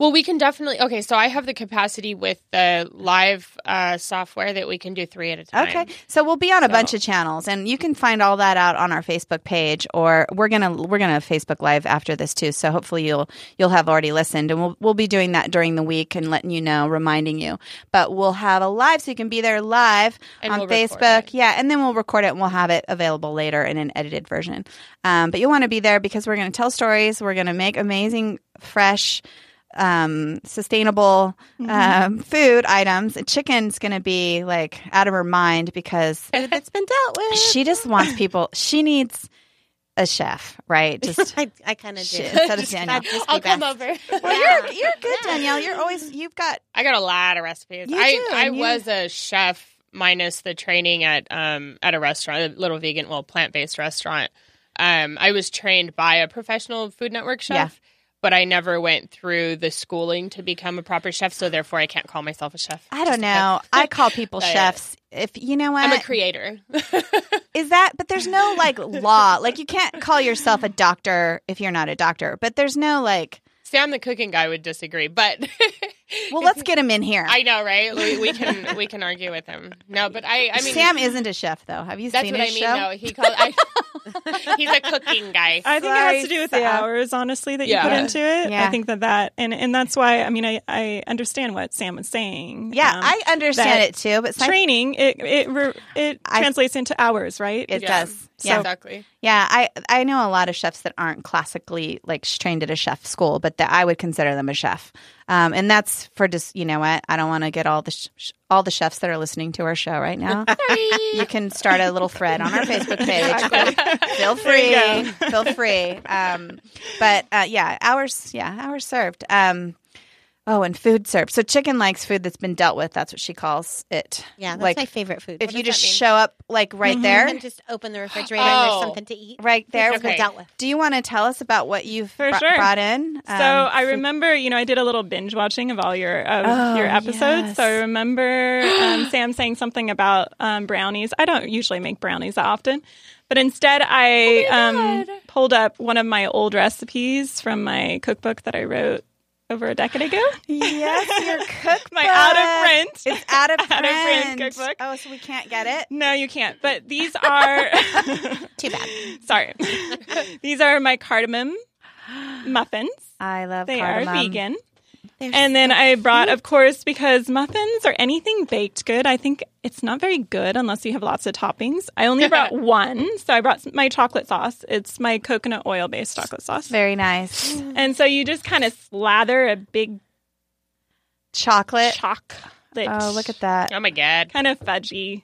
Speaker 6: Well, we can definitely. Okay, so I have the capacity with the live uh, software that we can do three at a time.
Speaker 2: Okay, so we'll be on a
Speaker 6: So-
Speaker 2: bunch of channels, and you can find all that out on our Facebook page, or we're gonna we're gonna Facebook Live after this too. So hopefully you'll you'll have already listened, and we'll we'll be doing that during the week and letting you know, reminding you. But we'll have a live, so you can be there live
Speaker 6: And
Speaker 2: on
Speaker 6: we'll record
Speaker 2: Facebook,
Speaker 6: it.
Speaker 2: yeah, and then we'll record it and we'll have it available later in an edited version. Um, but you'll want to be there because we're gonna tell stories, we're gonna make amazing, fresh um, sustainable um, food items. Chicken's going to be like out of her mind because
Speaker 1: Food that's been dealt with.
Speaker 2: she just wants people. She needs a chef, right? Just
Speaker 1: <laughs> I, I kind of do.
Speaker 2: Shit,
Speaker 6: <laughs>
Speaker 2: instead of Danielle.
Speaker 1: That'd <laughs> just be
Speaker 6: I'll come
Speaker 1: best.
Speaker 6: <laughs> over.
Speaker 2: well, you're you're good, Danielle. You're always you've got
Speaker 6: I got a lot of recipes.
Speaker 2: You
Speaker 6: I
Speaker 2: do,
Speaker 6: I
Speaker 2: and you-
Speaker 6: was a chef minus the training at um at a restaurant, a little vegan, well plant based restaurant. Um, I was trained by a professional Food Network chef,
Speaker 2: Yeah.
Speaker 6: but I never went through the schooling to become a proper chef. So therefore, I can't call myself a chef.
Speaker 2: I
Speaker 6: Just a
Speaker 2: don't know.
Speaker 6: cook.
Speaker 2: I call people
Speaker 6: But
Speaker 2: chefs. If you know what
Speaker 6: I'm a creator. <laughs>
Speaker 2: is that but there's no like law. Like you can't call yourself a doctor if you're not a doctor. But there's no like
Speaker 6: Sam, the cooking guy, would disagree, but <laughs>
Speaker 2: well let's get him in here.
Speaker 6: I know, right? We, we can we can argue with him. No, but I I mean
Speaker 2: Sam isn't a chef though. Have you
Speaker 6: that's
Speaker 2: seen
Speaker 6: what I
Speaker 2: his
Speaker 6: mean.
Speaker 2: show?
Speaker 6: No, he called. I, <laughs> he's a cooking guy.
Speaker 4: I think it
Speaker 2: Sorry,
Speaker 4: has to do with the
Speaker 2: Sam.
Speaker 4: hours, honestly, that
Speaker 6: Yeah.
Speaker 4: you put into it.
Speaker 2: Yeah.
Speaker 4: I think that that and and that's why I mean I I understand what Sam was saying.
Speaker 2: Yeah,
Speaker 4: Um,
Speaker 2: I understand
Speaker 4: that
Speaker 2: it too, but some-
Speaker 4: training it it re- it
Speaker 2: I-
Speaker 4: translates into hours, right?
Speaker 2: it
Speaker 6: Yeah.
Speaker 2: does. Yeah.
Speaker 6: exactly.
Speaker 2: Yeah, I I know a lot of chefs that aren't classically like sh- trained at a chef school, but that I would consider them a chef. Um, and that's for just you know what I don't want to get all the sh- sh- all the chefs that are listening to our show right
Speaker 1: <laughs>
Speaker 2: now. you can start a little thread on our Facebook page. feel free,
Speaker 4: There you
Speaker 2: feel free. Um, but uh, yeah, hours, yeah, hours served. Um, Oh, and food syrup. So chicken likes food that's been dealt with. That's what she calls it.
Speaker 1: Yeah, that's
Speaker 2: like
Speaker 1: my favorite food.
Speaker 2: if
Speaker 1: What
Speaker 2: you
Speaker 1: does
Speaker 2: just
Speaker 1: that mean? Mm-hmm.
Speaker 2: show up like right
Speaker 4: Mhm.
Speaker 2: there,
Speaker 1: and just open the refrigerator and
Speaker 6: Oh.
Speaker 1: there's something to eat.
Speaker 2: right there.
Speaker 1: It's been
Speaker 6: Okay.
Speaker 1: dealt with.
Speaker 2: Do you want to tell us about what you've
Speaker 4: For
Speaker 2: br-
Speaker 4: sure.
Speaker 2: brought in?
Speaker 4: So
Speaker 2: Um,
Speaker 4: <laughs> I
Speaker 2: food-
Speaker 4: remember, you know, I did a little binge watching of all your of
Speaker 2: Oh,
Speaker 4: your episodes.
Speaker 2: yes.
Speaker 4: So I remember um, Sam saying something about um, brownies. I don't usually make brownies that often, but instead I um, pulled up one of my old recipes from my cookbook that I wrote over a decade ago.
Speaker 2: Yes, your cookbook.
Speaker 4: <laughs> My out of print.
Speaker 2: It's out of print.
Speaker 4: <laughs> Out of print cookbook.
Speaker 2: Oh, so we can't get it.
Speaker 4: No, you can't. But these are
Speaker 1: Too bad.
Speaker 4: <laughs> sorry. these are my cardamom muffins.
Speaker 2: I love
Speaker 4: They
Speaker 2: cardamom.
Speaker 4: are vegan.
Speaker 1: They're
Speaker 4: And then I brought, of course, because muffins or anything baked good, I think it's not very good unless you have lots of toppings. I
Speaker 2: <laughs>
Speaker 4: only brought one. So I brought my chocolate sauce. It's my coconut oil based chocolate sauce.
Speaker 2: Very nice.
Speaker 4: And so you just kind of slather a big
Speaker 2: Chocolate.
Speaker 4: chocolate.
Speaker 2: Oh, look at that.
Speaker 6: Oh my god!
Speaker 4: Kind of fudgy.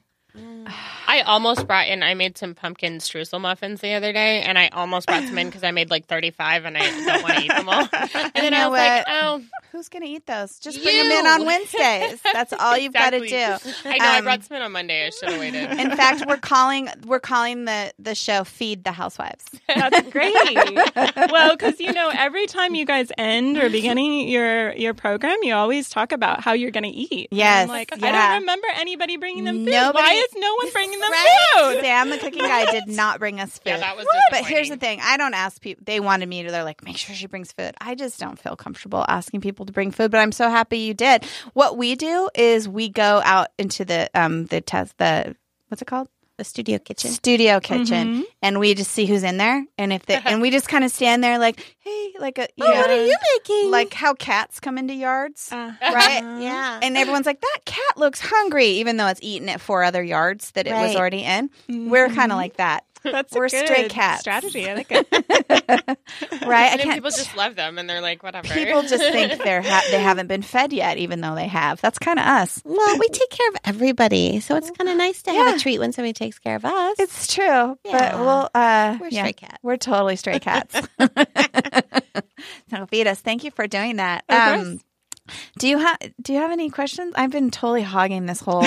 Speaker 6: I almost brought in. I made some pumpkin streusel muffins the other day, and I almost brought
Speaker 2: <laughs>
Speaker 6: some in because I made like thirty-five, and I don't want to eat them all. And then
Speaker 2: know
Speaker 6: I was like,
Speaker 2: what?
Speaker 6: "Oh,
Speaker 2: Who's going to eat those? Just bring them in
Speaker 6: You.
Speaker 4: <laughs>
Speaker 2: on Wednesdays. That's all you've got to
Speaker 6: exactly.
Speaker 2: do.
Speaker 6: I know I
Speaker 2: Um,
Speaker 6: brought some in on Monday. I should have waited.
Speaker 2: In fact, we're calling we're calling the the show "Feed the Housewives."
Speaker 4: That's great. well, because you know, every time you guys end or beginning your your program, you always talk about how you're going to eat. And
Speaker 2: Yes,
Speaker 4: I'm like I
Speaker 2: yeah.
Speaker 4: don't remember anybody bringing them food. Why
Speaker 2: Nobody-
Speaker 4: is no one bringing them food?
Speaker 2: Sam, the cooking guy, did not bring us food.
Speaker 6: Yeah, that was
Speaker 2: But here's the thing:
Speaker 6: disappointing.
Speaker 2: I don't ask people. They wanted me to. They're like, make sure she brings food. I just don't feel comfortable asking people to bring food. But I'm so happy you did. What we do is we go out into the um the test the what's it called
Speaker 1: the studio kitchen.
Speaker 2: studio kitchen,
Speaker 4: Mm-hmm.
Speaker 2: and we just see who's in there, and if
Speaker 6: <laughs>
Speaker 2: they and we just kind of stand there like, hey, like a you know,
Speaker 1: making?
Speaker 2: like how cats come into
Speaker 6: <laughs>
Speaker 2: yards, right?
Speaker 4: Uh-huh.
Speaker 1: yeah.
Speaker 2: And everyone's like, that cat looks hungry, even though it's eaten at four other yards that it was
Speaker 1: Right.
Speaker 2: already in. We're kind
Speaker 6: Mm-hmm.
Speaker 2: of like
Speaker 6: <laughs>
Speaker 2: that,
Speaker 4: That's
Speaker 2: We're
Speaker 4: a good
Speaker 2: stray cats.
Speaker 4: strategy. I like it.
Speaker 2: right? I
Speaker 6: and then
Speaker 2: can't.
Speaker 6: people just love them, and they're like, "Whatever."
Speaker 2: People just think they're ha- they haven't been fed yet, even though they have. That's kind of us.
Speaker 1: well, we take care of everybody, so it's kind of nice to have
Speaker 2: Yeah.
Speaker 1: a treat when somebody takes care of us.
Speaker 2: It's true, but
Speaker 1: Yeah.
Speaker 2: we'll. Uh,
Speaker 1: We're
Speaker 2: yeah.
Speaker 1: stray cat.
Speaker 2: We're totally
Speaker 1: <laughs>
Speaker 2: stray cats. <laughs> so feed us. Thank you for doing that. Um,
Speaker 4: Of course.
Speaker 2: do you have Do you have any questions? I've been totally hogging
Speaker 1: <laughs>
Speaker 2: this whole,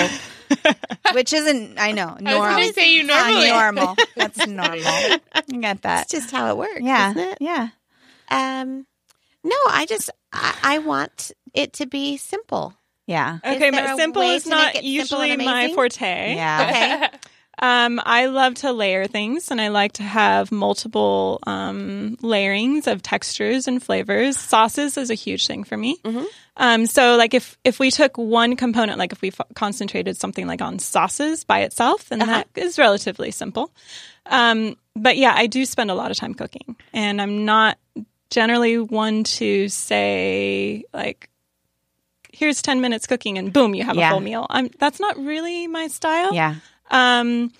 Speaker 2: which isn't. I know.
Speaker 6: I was
Speaker 2: Normal.
Speaker 6: going to say you
Speaker 2: Uh,
Speaker 6: normally.
Speaker 2: normal.
Speaker 1: <laughs>
Speaker 2: That's normal. You got that.
Speaker 1: That's just how it works,
Speaker 2: yeah.
Speaker 1: isn't it?
Speaker 2: Yeah.
Speaker 1: Uh, Um, no, I just I, I want it to be simple. <laughs>
Speaker 2: Yeah.
Speaker 1: Is
Speaker 4: Okay,
Speaker 1: there
Speaker 4: but
Speaker 1: a
Speaker 4: simple
Speaker 1: way
Speaker 4: is
Speaker 1: to make it
Speaker 4: not
Speaker 1: simple
Speaker 4: usually
Speaker 1: and
Speaker 4: my
Speaker 1: amazing?
Speaker 4: forte.
Speaker 2: Yeah.
Speaker 1: Okay,
Speaker 4: Um, I love to layer things, and I like to have multiple um, layerings of textures and flavors. Sauces is a huge thing for me.
Speaker 1: Mhm.
Speaker 4: Um, so, like if if we took one component, like if we f- concentrated something like on sauces by itself, then
Speaker 1: Uh-huh.
Speaker 4: that is relatively simple. Um, but yeah, I do spend a lot of time cooking, and I'm not generally one to say like. Here's ten minutes cooking, and boom, you have
Speaker 2: Yeah.
Speaker 4: a full meal. I'm, that's not really my style.
Speaker 2: Yeah.
Speaker 4: Um,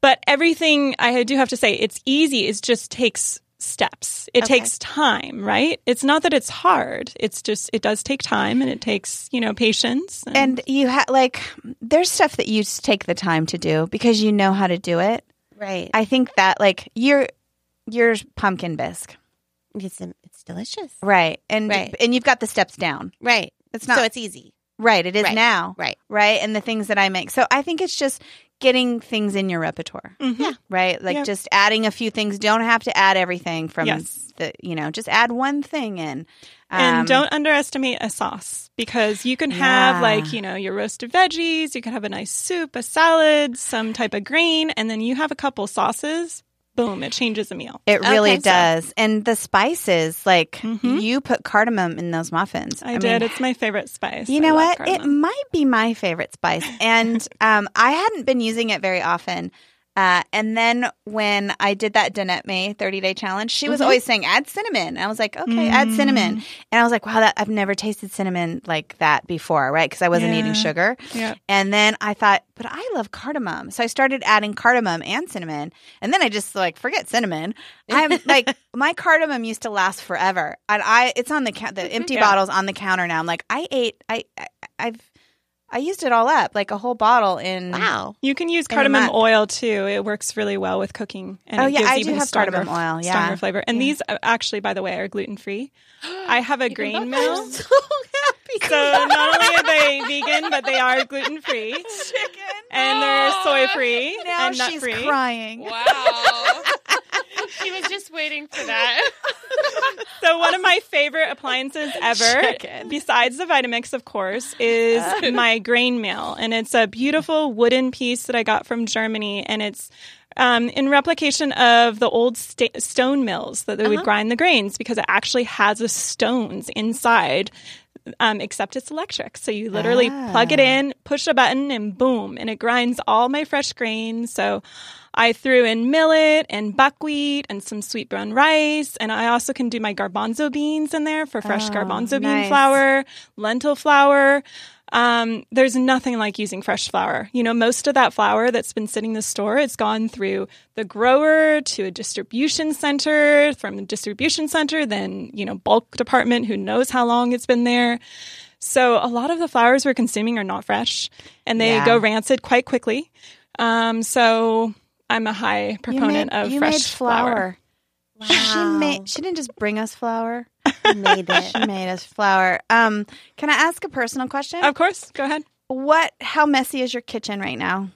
Speaker 4: but everything I do have to say, it's easy. It just takes steps. It
Speaker 1: Okay.
Speaker 4: takes time, right? It's not that it's hard. It's just it does take time, and it takes you know patience.
Speaker 2: And you ha like there's stuff that you s- take the time to do because you know how to do it.
Speaker 1: right?
Speaker 2: I think that like your your pumpkin bisque,
Speaker 1: it's it's delicious,
Speaker 2: right? And
Speaker 1: Right.
Speaker 2: and you've got the steps down.
Speaker 1: right?
Speaker 2: It's not
Speaker 1: so it's easy,
Speaker 2: right. It is
Speaker 1: Right.
Speaker 2: now,
Speaker 1: right?
Speaker 2: right? And the things that I make. So I think it's just getting things in your repertoire,
Speaker 4: Mhm.
Speaker 1: Yeah.
Speaker 2: right? Like
Speaker 4: Yeah.
Speaker 2: just adding a few things. Don't have to add everything from
Speaker 4: Yes.
Speaker 2: the you know. Just add one thing in. Um,
Speaker 4: And don't underestimate a sauce because you can have
Speaker 2: Yeah.
Speaker 4: like, you know, your roasted veggies, you can have a nice soup, a salad, some type of grain, and then you have a couple sauces, boom, it changes a meal.
Speaker 2: It really
Speaker 1: Okay, so-
Speaker 2: does. And the spices, like
Speaker 4: Mhm.
Speaker 2: you put cardamom in those muffins.
Speaker 4: I,
Speaker 2: mean,
Speaker 4: did. it's my favorite spice.
Speaker 2: you
Speaker 4: I
Speaker 2: know
Speaker 4: love
Speaker 2: what? It
Speaker 4: cardamom.
Speaker 2: might be my favorite
Speaker 4: <laughs>
Speaker 2: spice. And um, I hadn't been using it very often. Uh, and then when I did that Danette May 30 day challenge, she was
Speaker 4: Mm-hmm.
Speaker 2: always saying, add cinnamon. And I was like, okay, add
Speaker 4: Mm.
Speaker 2: cinnamon. And I was like, wow, that, I've never tasted cinnamon like that before, right? Because I wasn't eating
Speaker 4: Yeah.
Speaker 2: sugar.
Speaker 4: Yep.
Speaker 2: And then I thought, but I love cardamom. So I started adding cardamom and cinnamon. And then I just like forget cinnamon. I'm
Speaker 4: <laughs>
Speaker 2: like my cardamom used to last forever.
Speaker 4: <laughs>
Speaker 2: And I it's on the ca- the empty
Speaker 4: Yeah.
Speaker 2: bottles on the counter now. I'm like I ate I, I I've I used it all up, like a whole bottle in.
Speaker 1: Wow.
Speaker 4: You can use
Speaker 2: In a
Speaker 4: cardamom
Speaker 2: mug.
Speaker 4: oil too. It works really well with cooking. And
Speaker 2: Oh,
Speaker 4: it
Speaker 2: yeah,
Speaker 4: gives
Speaker 2: I do
Speaker 4: even
Speaker 2: have
Speaker 4: stronger,
Speaker 2: cardamom oil, yeah.
Speaker 4: Stronger flavor. And these uh, actually, by the way, are gluten free.
Speaker 2: <gasps>
Speaker 4: I have a grain mill.
Speaker 2: <laughs>
Speaker 1: So
Speaker 4: So
Speaker 1: happy.
Speaker 4: not only are they vegan, but they are
Speaker 2: <laughs>
Speaker 4: gluten free. And they're soy free
Speaker 2: <gasps> Now
Speaker 4: and nut
Speaker 2: she's
Speaker 4: free.
Speaker 2: crying.
Speaker 6: Wow. <laughs> she was just waiting for that.
Speaker 4: So one of my favorite appliances ever, besides the Vitamix, of course, is my grain mill, and it's a beautiful wooden piece that I got from Germany, and it's um, in replication of the old sta- stone mills that they would grind the grains because it actually has the stones inside. Um, except it's electric. So you literally plug
Speaker 2: Ah.
Speaker 4: it in, push a button, and boom, and it grinds all my fresh grains. So I threw in millet and buckwheat and some sweet brown rice. And I also can do my garbanzo beans in there for fresh
Speaker 2: Oh,
Speaker 4: garbanzo bean
Speaker 2: nice.
Speaker 4: flour, lentil flour. Um, there's nothing like using fresh flour. You know, most of that flour that's been sitting in the store, it's gone through the grower to a distribution center, from the distribution center, then, you know, bulk department, who knows how long it's been there. So a lot of the flowers we're consuming are not fresh and they
Speaker 2: Yeah.
Speaker 4: go rancid quite quickly. Um, so I'm a high proponent of fresh flour.
Speaker 2: She
Speaker 1: Wow.
Speaker 2: made. She didn't just bring us
Speaker 4: <laughs>
Speaker 2: flour.
Speaker 1: I made it.
Speaker 2: She made us flour. Um, can I ask a personal question?
Speaker 4: Of course, go ahead.
Speaker 2: What? How messy is your kitchen right now?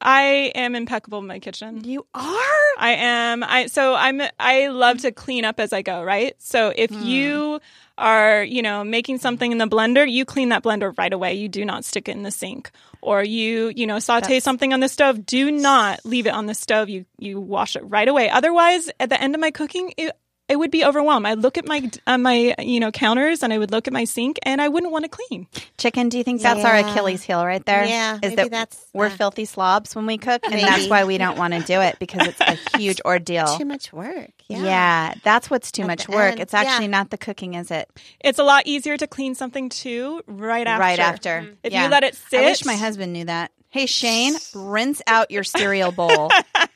Speaker 4: I am impeccable in my kitchen.
Speaker 2: You are.
Speaker 4: I am. I so I'm. I love to clean up as I go. Right. So if
Speaker 2: Hmm.
Speaker 4: you are, you know, making something in the blender, you clean that blender right away. You do not stick it in the sink, or you, you know, saute
Speaker 2: That's-
Speaker 4: something on the stove. Do not leave it on the stove. You you wash it right away. Otherwise, at the end of my cooking, it it would be overwhelmed. I look at my uh, my you know counters, and I would look at my sink, and I wouldn't want to clean.
Speaker 2: Chicken. Do you think that's our
Speaker 1: Yeah.
Speaker 2: Achilles heel right there?
Speaker 1: Yeah,
Speaker 2: Is
Speaker 1: maybe
Speaker 2: that
Speaker 1: that's,
Speaker 2: we're
Speaker 1: uh,
Speaker 2: filthy slobs when we cook, and
Speaker 1: Maybe.
Speaker 2: that's why we don't want to do it because it's a huge ordeal.
Speaker 1: Too much work. Yeah.
Speaker 2: Yeah. that's what's too
Speaker 1: At
Speaker 2: much
Speaker 1: the
Speaker 2: work.
Speaker 1: end,
Speaker 2: It's actually
Speaker 1: yeah.
Speaker 2: not the cooking, is it?
Speaker 4: It's a lot easier to clean something too right after.
Speaker 2: Right after.
Speaker 4: If
Speaker 2: Yeah.
Speaker 4: you let it sit,
Speaker 2: I wish my husband knew that. Hey Shane, rinse out your cereal bowl.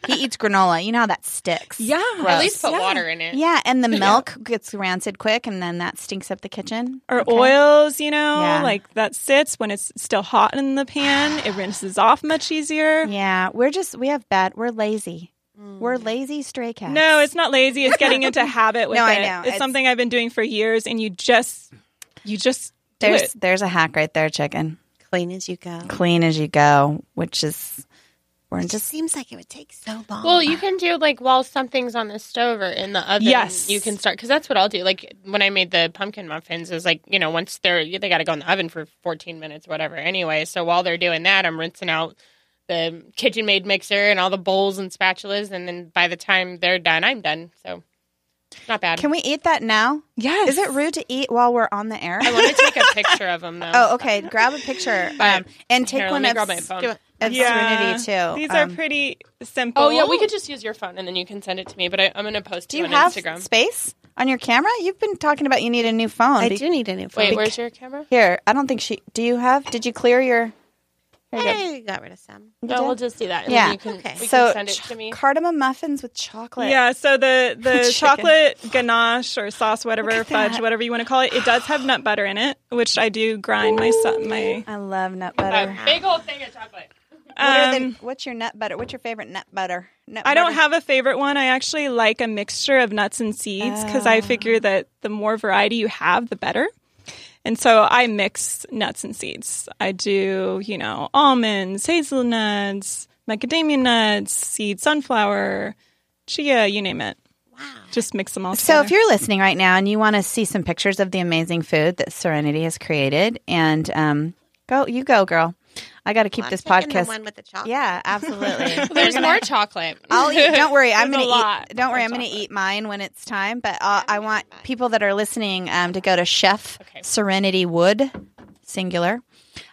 Speaker 2: he eats granola. You know how that sticks.
Speaker 4: Yeah.
Speaker 6: At least put
Speaker 4: Yeah.
Speaker 6: water in it.
Speaker 2: Uh, Yeah, and the milk gets rancid quick, and then that stinks up the kitchen.
Speaker 4: or oils, you know,
Speaker 2: Yeah.
Speaker 4: like that sits when it's still hot in the pan.
Speaker 2: <sighs>
Speaker 4: It rinses off much easier.
Speaker 2: Yeah, we're just we have bad. We're lazy. We're lazy stray cats.
Speaker 4: No, it's not lazy. It's getting
Speaker 2: <laughs>
Speaker 4: into habit with
Speaker 2: No, I
Speaker 4: it.
Speaker 2: know.
Speaker 4: It's,
Speaker 2: It's-
Speaker 4: something I've been doing for years, and you just, you just do
Speaker 2: there's
Speaker 4: it.
Speaker 2: there's a hack right there, chicken.
Speaker 1: Clean as you go.
Speaker 2: Clean as you go, which is we're
Speaker 1: It just
Speaker 2: just
Speaker 1: seems like it would take so long.
Speaker 6: Well, you can do like while something's on the stove or in the oven.
Speaker 4: Yes.
Speaker 6: you can start because that's what I'll do. Like when I made the pumpkin muffins, is like you know once they're they got to go in the oven for 14 minutes, or whatever. Anyway, so while they're doing that, I'm rinsing out the kitchen made mixer and all the bowls and spatulas, and then by the time they're done, I'm done. So not bad.
Speaker 2: Can we eat that now?
Speaker 4: Yes.
Speaker 2: Is it rude to eat while we're on the air?
Speaker 6: I want to take a picture of them though.
Speaker 2: <laughs> Oh, okay. Grab a
Speaker 6: <laughs>
Speaker 2: picture um, and take
Speaker 6: Here, let
Speaker 2: one
Speaker 6: me
Speaker 2: of,
Speaker 6: grab my phone.
Speaker 2: of
Speaker 4: Yeah.
Speaker 2: Serenity too.
Speaker 4: These
Speaker 2: Um,
Speaker 4: are pretty simple.
Speaker 6: Oh yeah, we could just use your phone and then you can send it to me. But I, I'm gonna post
Speaker 2: Do
Speaker 6: it
Speaker 2: you
Speaker 6: on
Speaker 2: have
Speaker 6: Instagram.
Speaker 2: space on your camera? You've been talking about you need a new phone.
Speaker 1: I
Speaker 2: Be-
Speaker 1: do need a new phone.
Speaker 6: Wait, where's your camera?
Speaker 2: Here, I don't think she. Do you have? Did you clear your?
Speaker 1: I got rid of some.
Speaker 6: No, Oh, we'll just do that. And
Speaker 2: Yeah.
Speaker 6: then you can,
Speaker 1: Okay.
Speaker 6: we
Speaker 2: so
Speaker 6: can send it to me.
Speaker 2: cardamom muffins with chocolate.
Speaker 4: Yeah,
Speaker 2: <laughs>
Speaker 4: so the the
Speaker 2: Chicken.
Speaker 4: chocolate ganache or sauce, whatever
Speaker 2: at
Speaker 4: fudge,
Speaker 2: that.
Speaker 4: whatever you want to call it, it does have nut butter in it, which I do grind my su- my.
Speaker 2: I love nut
Speaker 6: A
Speaker 2: butter.
Speaker 6: big old thing of chocolate.
Speaker 2: What are the-
Speaker 4: Um,
Speaker 2: what's your nut butter? What's your favorite nut butter? Nut
Speaker 4: I don't
Speaker 2: butter?
Speaker 4: have a favorite one. I actually like a mixture of nuts and seeds because I
Speaker 2: Oh.
Speaker 4: figure that the more variety you have, the better. And so I mix nuts and seeds. I do, you know, almonds, hazelnuts, macadamia nuts, seed sunflower, chia, you name it.
Speaker 1: Wow.
Speaker 4: Just mix them all
Speaker 2: So
Speaker 4: together.
Speaker 2: if you're listening right now and you want to see some pictures of the amazing food that Serenity has created, and um, go, you go, girl. I got to keep
Speaker 1: I'm
Speaker 2: this
Speaker 1: taking
Speaker 2: podcast.
Speaker 1: The one with the chocolate.
Speaker 2: Yeah,
Speaker 1: <laughs>
Speaker 2: absolutely.
Speaker 6: <laughs> There's more chocolate.
Speaker 2: <laughs> I'll
Speaker 4: <laughs>
Speaker 2: eat. Don't worry, I'm
Speaker 4: There's
Speaker 2: gonna
Speaker 4: a lot
Speaker 2: eat. Don't worry,
Speaker 4: of
Speaker 2: I'm gonna
Speaker 4: chocolate.
Speaker 2: eat mine when it's time. But i I want people that are listening um, to go to Chef
Speaker 6: Okay.
Speaker 2: Serenity Wood, singular,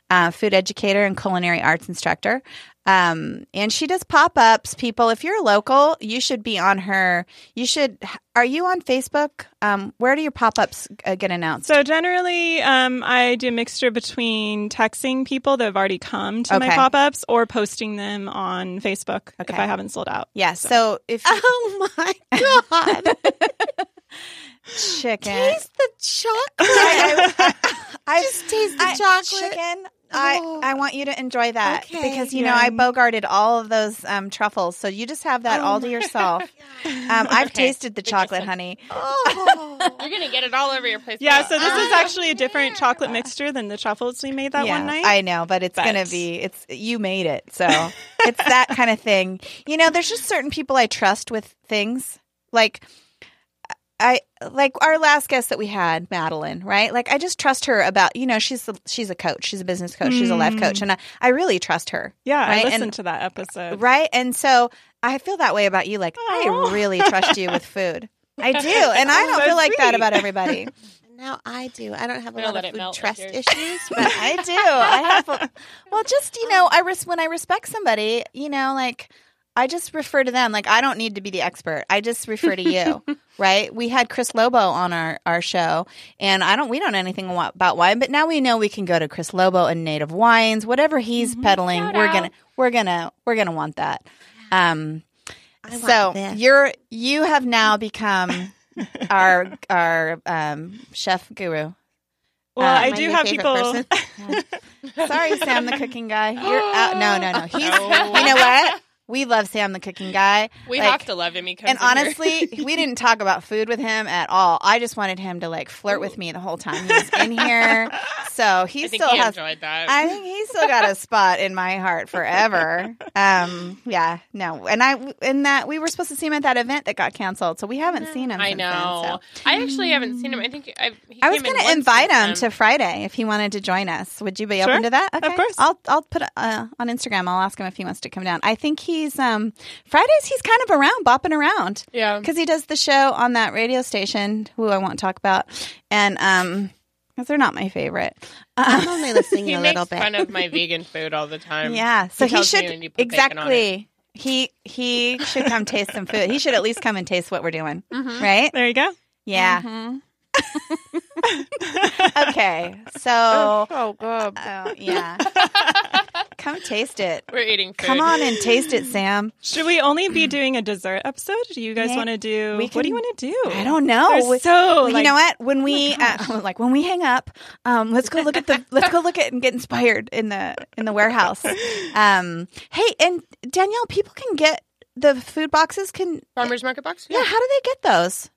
Speaker 2: uh, food educator and culinary arts instructor. Um, and she does pop ups. People, if you're local, you should be on her. You should. Are you on Facebook? Um, where do your pop ups uh, get announced?
Speaker 4: So generally, um, I do a mixture between texting people that have already come to my
Speaker 2: Okay.
Speaker 4: pop-ups or posting them on Facebook if
Speaker 2: Okay.
Speaker 4: I haven't sold out.
Speaker 2: yeah. So if
Speaker 4: <laughs>
Speaker 2: you
Speaker 1: Oh my <laughs> god!
Speaker 2: chicken,
Speaker 1: taste the chocolate.
Speaker 2: I, I- I-
Speaker 1: Just taste the
Speaker 2: I-
Speaker 1: chocolate.
Speaker 2: Chicken. I,
Speaker 1: Oh.
Speaker 2: I want you to enjoy that
Speaker 1: Okay.
Speaker 2: because you know I bogarted all of those um, truffles, so you just have that all to yourself. Um, I've
Speaker 6: Okay.
Speaker 2: tasted the chocolate honey.
Speaker 1: Oh.
Speaker 6: <laughs> You're gonna get it all over your place.
Speaker 4: Yeah, so this
Speaker 6: Ah.
Speaker 4: is actually a different chocolate mixture than the truffles we made that
Speaker 2: yeah,
Speaker 4: one night.
Speaker 2: I know, but it's
Speaker 4: But-
Speaker 2: gonna be it's you made it, so it's that kind of thing. You know, there's just certain people I trust with things like I like our last guest that we had, Madeline, right? Like I just trust her about you know she's the, she's a coach, she's a business coach, she's a life
Speaker 4: Mm.
Speaker 2: coach, and I, I really trust her.
Speaker 4: yeah, I
Speaker 2: Right, and-
Speaker 4: listened to that episode.
Speaker 2: Right. And so I feel that way about you. Like,
Speaker 4: Aw.
Speaker 2: I really trust you with food. I do. And I don't
Speaker 4: so
Speaker 2: feel like that
Speaker 4: sweet.
Speaker 2: about everybody.
Speaker 1: <laughs> now I do. I don't have a
Speaker 6: Gonna let
Speaker 1: lot
Speaker 6: it
Speaker 1: of food
Speaker 6: melt with
Speaker 1: trust
Speaker 6: your-
Speaker 1: issues,
Speaker 2: But
Speaker 1: but
Speaker 2: I do. I have, a- well, just, you know, I res- when I respect somebody, you know, like, I just refer to them. Like, I don't need to be the expert. I just refer to you. right. We had Chris Lobo on our, our show, and I don't, we don't know anything wa- about wine, but now we know we can go to Chris Lobo and Native Wines, whatever he's peddling.
Speaker 6: Shout
Speaker 2: we're
Speaker 6: out.
Speaker 2: going to, we're going to, we're going to want that. Um,
Speaker 1: I want
Speaker 2: so
Speaker 1: this.
Speaker 2: you're you have
Speaker 1: <laughs>
Speaker 2: now become our our um, chef guru.
Speaker 4: Well,
Speaker 2: Uh,
Speaker 4: I
Speaker 1: my
Speaker 4: do
Speaker 1: new
Speaker 4: have
Speaker 1: favorite
Speaker 4: people.
Speaker 6: <laughs>
Speaker 1: person.
Speaker 2: Sorry, Sam the cooking guy. You're out. No, no, no. He's
Speaker 6: <laughs> No.
Speaker 2: you know what? We love Sam the cooking guy.
Speaker 6: we
Speaker 2: Like,
Speaker 6: have to love him. He comes
Speaker 2: And
Speaker 6: in here.
Speaker 2: honestly, we didn't talk about food with him at all. I just wanted him to like flirt with me the whole time he was in here. So he
Speaker 6: <laughs> I think
Speaker 2: still
Speaker 6: he
Speaker 2: has
Speaker 6: enjoyed that.
Speaker 2: I think he's still got a spot in my heart forever. Um, yeah, no, and I and that we were supposed to see him at that event that got canceled, so we haven't seen him.
Speaker 6: I
Speaker 2: since
Speaker 6: know.
Speaker 2: Then, so.
Speaker 6: I actually haven't seen him. I think I've, he
Speaker 2: I was
Speaker 6: going
Speaker 2: going to invite him to Friday if he wanted to join us. Would you be open
Speaker 4: Sure.
Speaker 2: to that? Okay.
Speaker 4: course.
Speaker 2: I'll I'll put uh, on Instagram. I'll ask him if he wants to come down. I think he's um Fridays. He's kind of around, bopping around
Speaker 6: Yeah.
Speaker 2: because he does the show on that radio station who I won't talk about, and um, 'cause they're not my favorite. Um,
Speaker 1: I'm only listening
Speaker 6: He
Speaker 1: a
Speaker 6: makes
Speaker 1: little bit.
Speaker 6: fun
Speaker 2: <laughs>
Speaker 6: of my vegan food all the time.
Speaker 2: Yeah, so he,
Speaker 6: Um, tells me when
Speaker 2: should
Speaker 6: you put bacon on it.
Speaker 2: exactly. He he should come taste some food. He should at least come and taste what we're doing,
Speaker 6: Mm-hmm.
Speaker 2: right?
Speaker 4: <laughs> There you go.
Speaker 2: Yeah. Mm-hmm. okay, so
Speaker 1: oh god.
Speaker 2: oh, yeah, come taste it.
Speaker 6: We're eating food.
Speaker 2: Come on and taste it, Sam.
Speaker 4: Should we only be doing a dessert episode? Do you guys
Speaker 2: Mm. Yeah,
Speaker 4: want to do?
Speaker 2: we
Speaker 4: What do you
Speaker 2: can-
Speaker 4: want to do?
Speaker 2: I don't know.
Speaker 4: There's so
Speaker 2: Well, you
Speaker 4: like,
Speaker 2: know what? When we uh, <laughs> like when we hang up, um, let's go look at the let's go look at and get inspired in the in the warehouse. Um, hey, and Danielle, people can get the food boxes. Can
Speaker 6: Farmers Market Box?
Speaker 2: Yeah, how do they get those?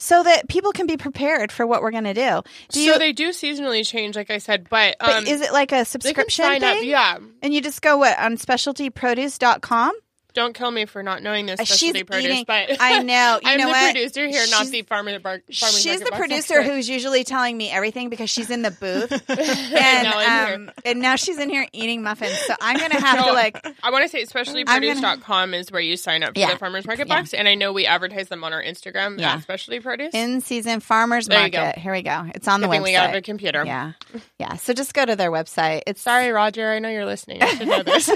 Speaker 2: So that people can be prepared for what we're going to do. Do you?
Speaker 6: so they do seasonally change, like I said, but,
Speaker 2: but
Speaker 6: um,
Speaker 2: is it like a
Speaker 6: they can
Speaker 2: subscription
Speaker 6: sign
Speaker 2: thing?
Speaker 6: up. Yeah.
Speaker 2: And you just go what on specialtyproduce.com?
Speaker 6: Don't kill me for not knowing this
Speaker 2: Uh, she's
Speaker 6: specialty produce,
Speaker 2: eating-
Speaker 6: but
Speaker 2: I know. You
Speaker 6: <laughs> I'm
Speaker 2: know
Speaker 6: the
Speaker 2: what?
Speaker 6: producer here, not
Speaker 2: She's-
Speaker 6: the farmer. Bar- farmers
Speaker 2: She's
Speaker 6: market
Speaker 2: the
Speaker 6: box
Speaker 2: producer
Speaker 6: expert.
Speaker 2: who's usually telling me everything because she's in the
Speaker 6: <laughs>
Speaker 2: booth, and
Speaker 6: Now I'm here.
Speaker 2: um, and now she's in here eating muffins. So I'm gonna have to like
Speaker 6: I want to say specialtyproduce.com is where you sign up for
Speaker 2: Yeah.
Speaker 6: the farmers market
Speaker 2: Yeah.
Speaker 6: box, and I know we advertise them on our Instagram
Speaker 2: Yeah.
Speaker 6: at specialty produce.
Speaker 2: in season farmers
Speaker 6: There you go.
Speaker 2: market. Here we go. It's on the
Speaker 6: Good thing
Speaker 2: website.
Speaker 6: we got a computer.
Speaker 2: yeah, yeah. So just go to their website. It's
Speaker 6: Sorry, Roger. I know you're listening. I
Speaker 2: <laughs>
Speaker 6: should know this.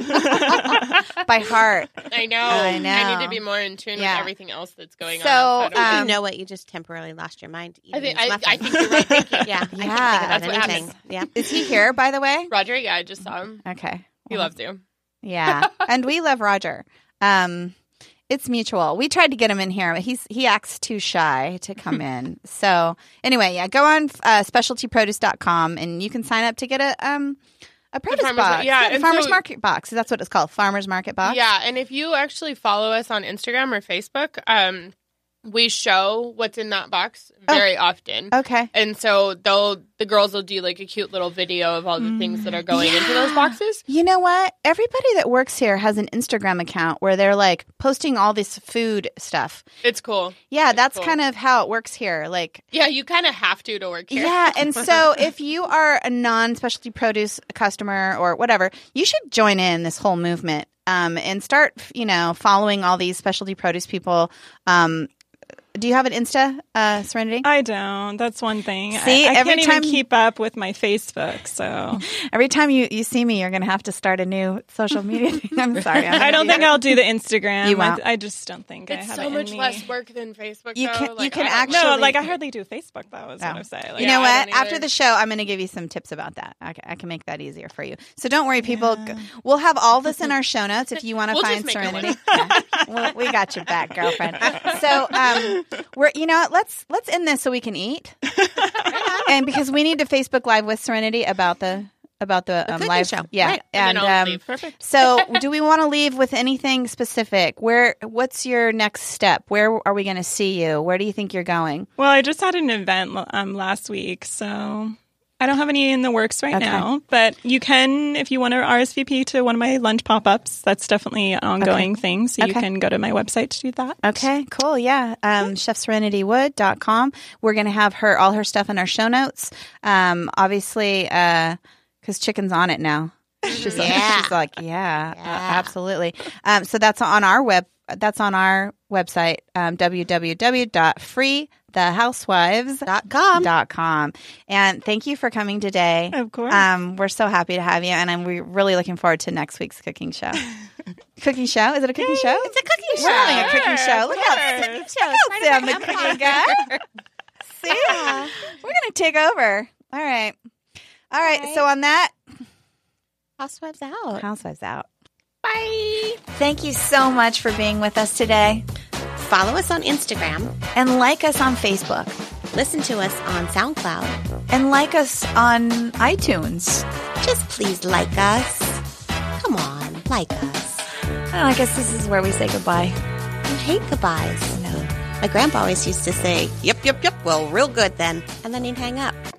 Speaker 2: by heart.
Speaker 6: I know.
Speaker 2: I know.
Speaker 6: need to be more in tune
Speaker 2: Yeah.
Speaker 6: with everything else that's going
Speaker 2: So,
Speaker 6: on. outside
Speaker 2: um,
Speaker 6: of-
Speaker 1: you know what? You just temporarily lost your mind.
Speaker 6: I
Speaker 1: eating
Speaker 6: think
Speaker 1: these
Speaker 6: I, I
Speaker 1: muffins.
Speaker 6: think you're right. Thank
Speaker 1: <laughs>
Speaker 6: you.
Speaker 1: yeah,
Speaker 2: Yeah,
Speaker 1: I
Speaker 6: that's
Speaker 1: can't
Speaker 6: what
Speaker 1: think about anything.
Speaker 6: happens.
Speaker 1: <laughs> Yeah.
Speaker 2: Is he here? By the
Speaker 6: <laughs>
Speaker 2: way,
Speaker 6: Roger, yeah, I just saw him.
Speaker 2: okay.
Speaker 6: He
Speaker 2: Well,
Speaker 6: loves you.
Speaker 2: Yeah, and we love Roger. Um, it's mutual. We tried to get him in here, but he's he acts too shy to
Speaker 6: <laughs>
Speaker 2: come in. So anyway, yeah, go on uh, specialtyproduce.com and you can sign up to get a um a produce
Speaker 6: farmer's mar-
Speaker 2: box.
Speaker 6: yeah,
Speaker 2: the
Speaker 6: and
Speaker 2: farmers
Speaker 6: so-
Speaker 2: market box. That's what it's called, farmers market box.
Speaker 6: Yeah, and if you actually follow us on Instagram or Facebook, um, we show what's in that box
Speaker 2: Oh.
Speaker 6: very often.
Speaker 2: Okay.
Speaker 6: And so they'll the girls will do like a cute little video of all the things that are going into those boxes.
Speaker 2: You know what? Everybody that works here has an Instagram account where they're like posting all this food stuff.
Speaker 6: It's cool.
Speaker 2: Yeah, that's
Speaker 6: cool.
Speaker 2: kind of how it works here. Like
Speaker 6: Yeah, you kind of have to to work here.
Speaker 2: Yeah, and so if you are a non-specialty produce customer or whatever, you should join in this whole movement um, and start, you know, following all these specialty produce people. Um, do you have an Insta, uh, Serenity?
Speaker 4: I don't. That's one thing. I-
Speaker 2: See,
Speaker 4: I,
Speaker 2: every
Speaker 4: can't
Speaker 2: time-
Speaker 4: even keep up with my
Speaker 2: <laughs>
Speaker 4: Facebook, so
Speaker 2: Every time you, you see me, you're going to have to start a new social media <laughs> thing. I'm sorry. I'm
Speaker 4: I don't think I'll do the Instagram.
Speaker 2: You
Speaker 4: I,
Speaker 2: won't.
Speaker 4: I just don't think I
Speaker 6: It's
Speaker 4: have
Speaker 6: so
Speaker 4: it in
Speaker 6: much
Speaker 4: me.
Speaker 6: less work than Facebook.
Speaker 2: You
Speaker 6: though.
Speaker 2: can- you
Speaker 6: Like,
Speaker 2: can
Speaker 6: I don't
Speaker 2: actually- Oh.
Speaker 4: No,
Speaker 6: love-
Speaker 4: like I hardly do Facebook. Though is
Speaker 2: No.
Speaker 4: what I'm saying. Like,
Speaker 2: You
Speaker 6: Yeah,
Speaker 2: know
Speaker 6: I
Speaker 2: what?
Speaker 6: don't either.
Speaker 2: After the show, I'm going to give you some tips about that. I, ca- I can make that easier for you. So don't worry, people. G- We'll have all this in our show notes if you want to
Speaker 6: <laughs> We'll just
Speaker 2: find
Speaker 6: make a
Speaker 2: Serenity. Yeah. Well, we got your back, girlfriend. So um, we're you know what? let's
Speaker 6: <laughs>
Speaker 2: let's end this so we can eat, and because we need to Facebook Live with Serenity about the about the um,
Speaker 1: cooking
Speaker 2: live
Speaker 1: show.
Speaker 2: Yeah,
Speaker 1: Right.
Speaker 2: and
Speaker 6: And, then I'll
Speaker 2: um,
Speaker 6: leave. Perfect. <laughs>
Speaker 2: so do we want to leave with anything specific? Where? What's your next step? Where are we going to see you? Where do you think you're going?
Speaker 4: Well, I just had an event um, last week, so I don't have any in the works right
Speaker 2: Okay.
Speaker 4: now. But you can, if you want to RSVP to one of my lunch pop ups, that's definitely an ongoing thing. So you
Speaker 2: Okay.
Speaker 4: can go to my website to do that.
Speaker 2: Okay, cool. Yeah. Um, ChefSerenityWood.com. We're going to have her all her stuff in our show notes. Um, obviously, because Chicken's on it now. She's,
Speaker 1: Yeah.
Speaker 2: like, she's like, yeah, uh,
Speaker 1: Yeah.
Speaker 2: absolutely. Um, so that's on our web. That's on our website, um, www.freethehousewives.com.
Speaker 1: Dot com.
Speaker 2: And thank you for coming today.
Speaker 4: Of course.
Speaker 2: Um, we're so happy to have you, and I'm we're really looking forward to next week's cooking <laughs> show. cooking show? Is it a cooking show? It's a cooking
Speaker 1: show.
Speaker 2: we're having a cooking
Speaker 6: Sure,
Speaker 2: show. Look out,
Speaker 4: Sure.
Speaker 2: look out, Sam, the cooking guy. <laughs> See, we're gonna take over. All right, all right. So on that,
Speaker 1: Housewives out.
Speaker 2: housewives out. Bye. Thank you so much for being with us today,
Speaker 1: Follow us on Instagram.
Speaker 2: and like us on Facebook,
Speaker 1: Listen to us on SoundCloud.
Speaker 2: and like us on iTunes,
Speaker 1: Just please like us. Come on, like us.
Speaker 2: and I guess this is where we say goodbye.
Speaker 1: I hate goodbyes. My grandpa always used to say, "Yep, yep, yep." Well, real good then, and then he'd hang up.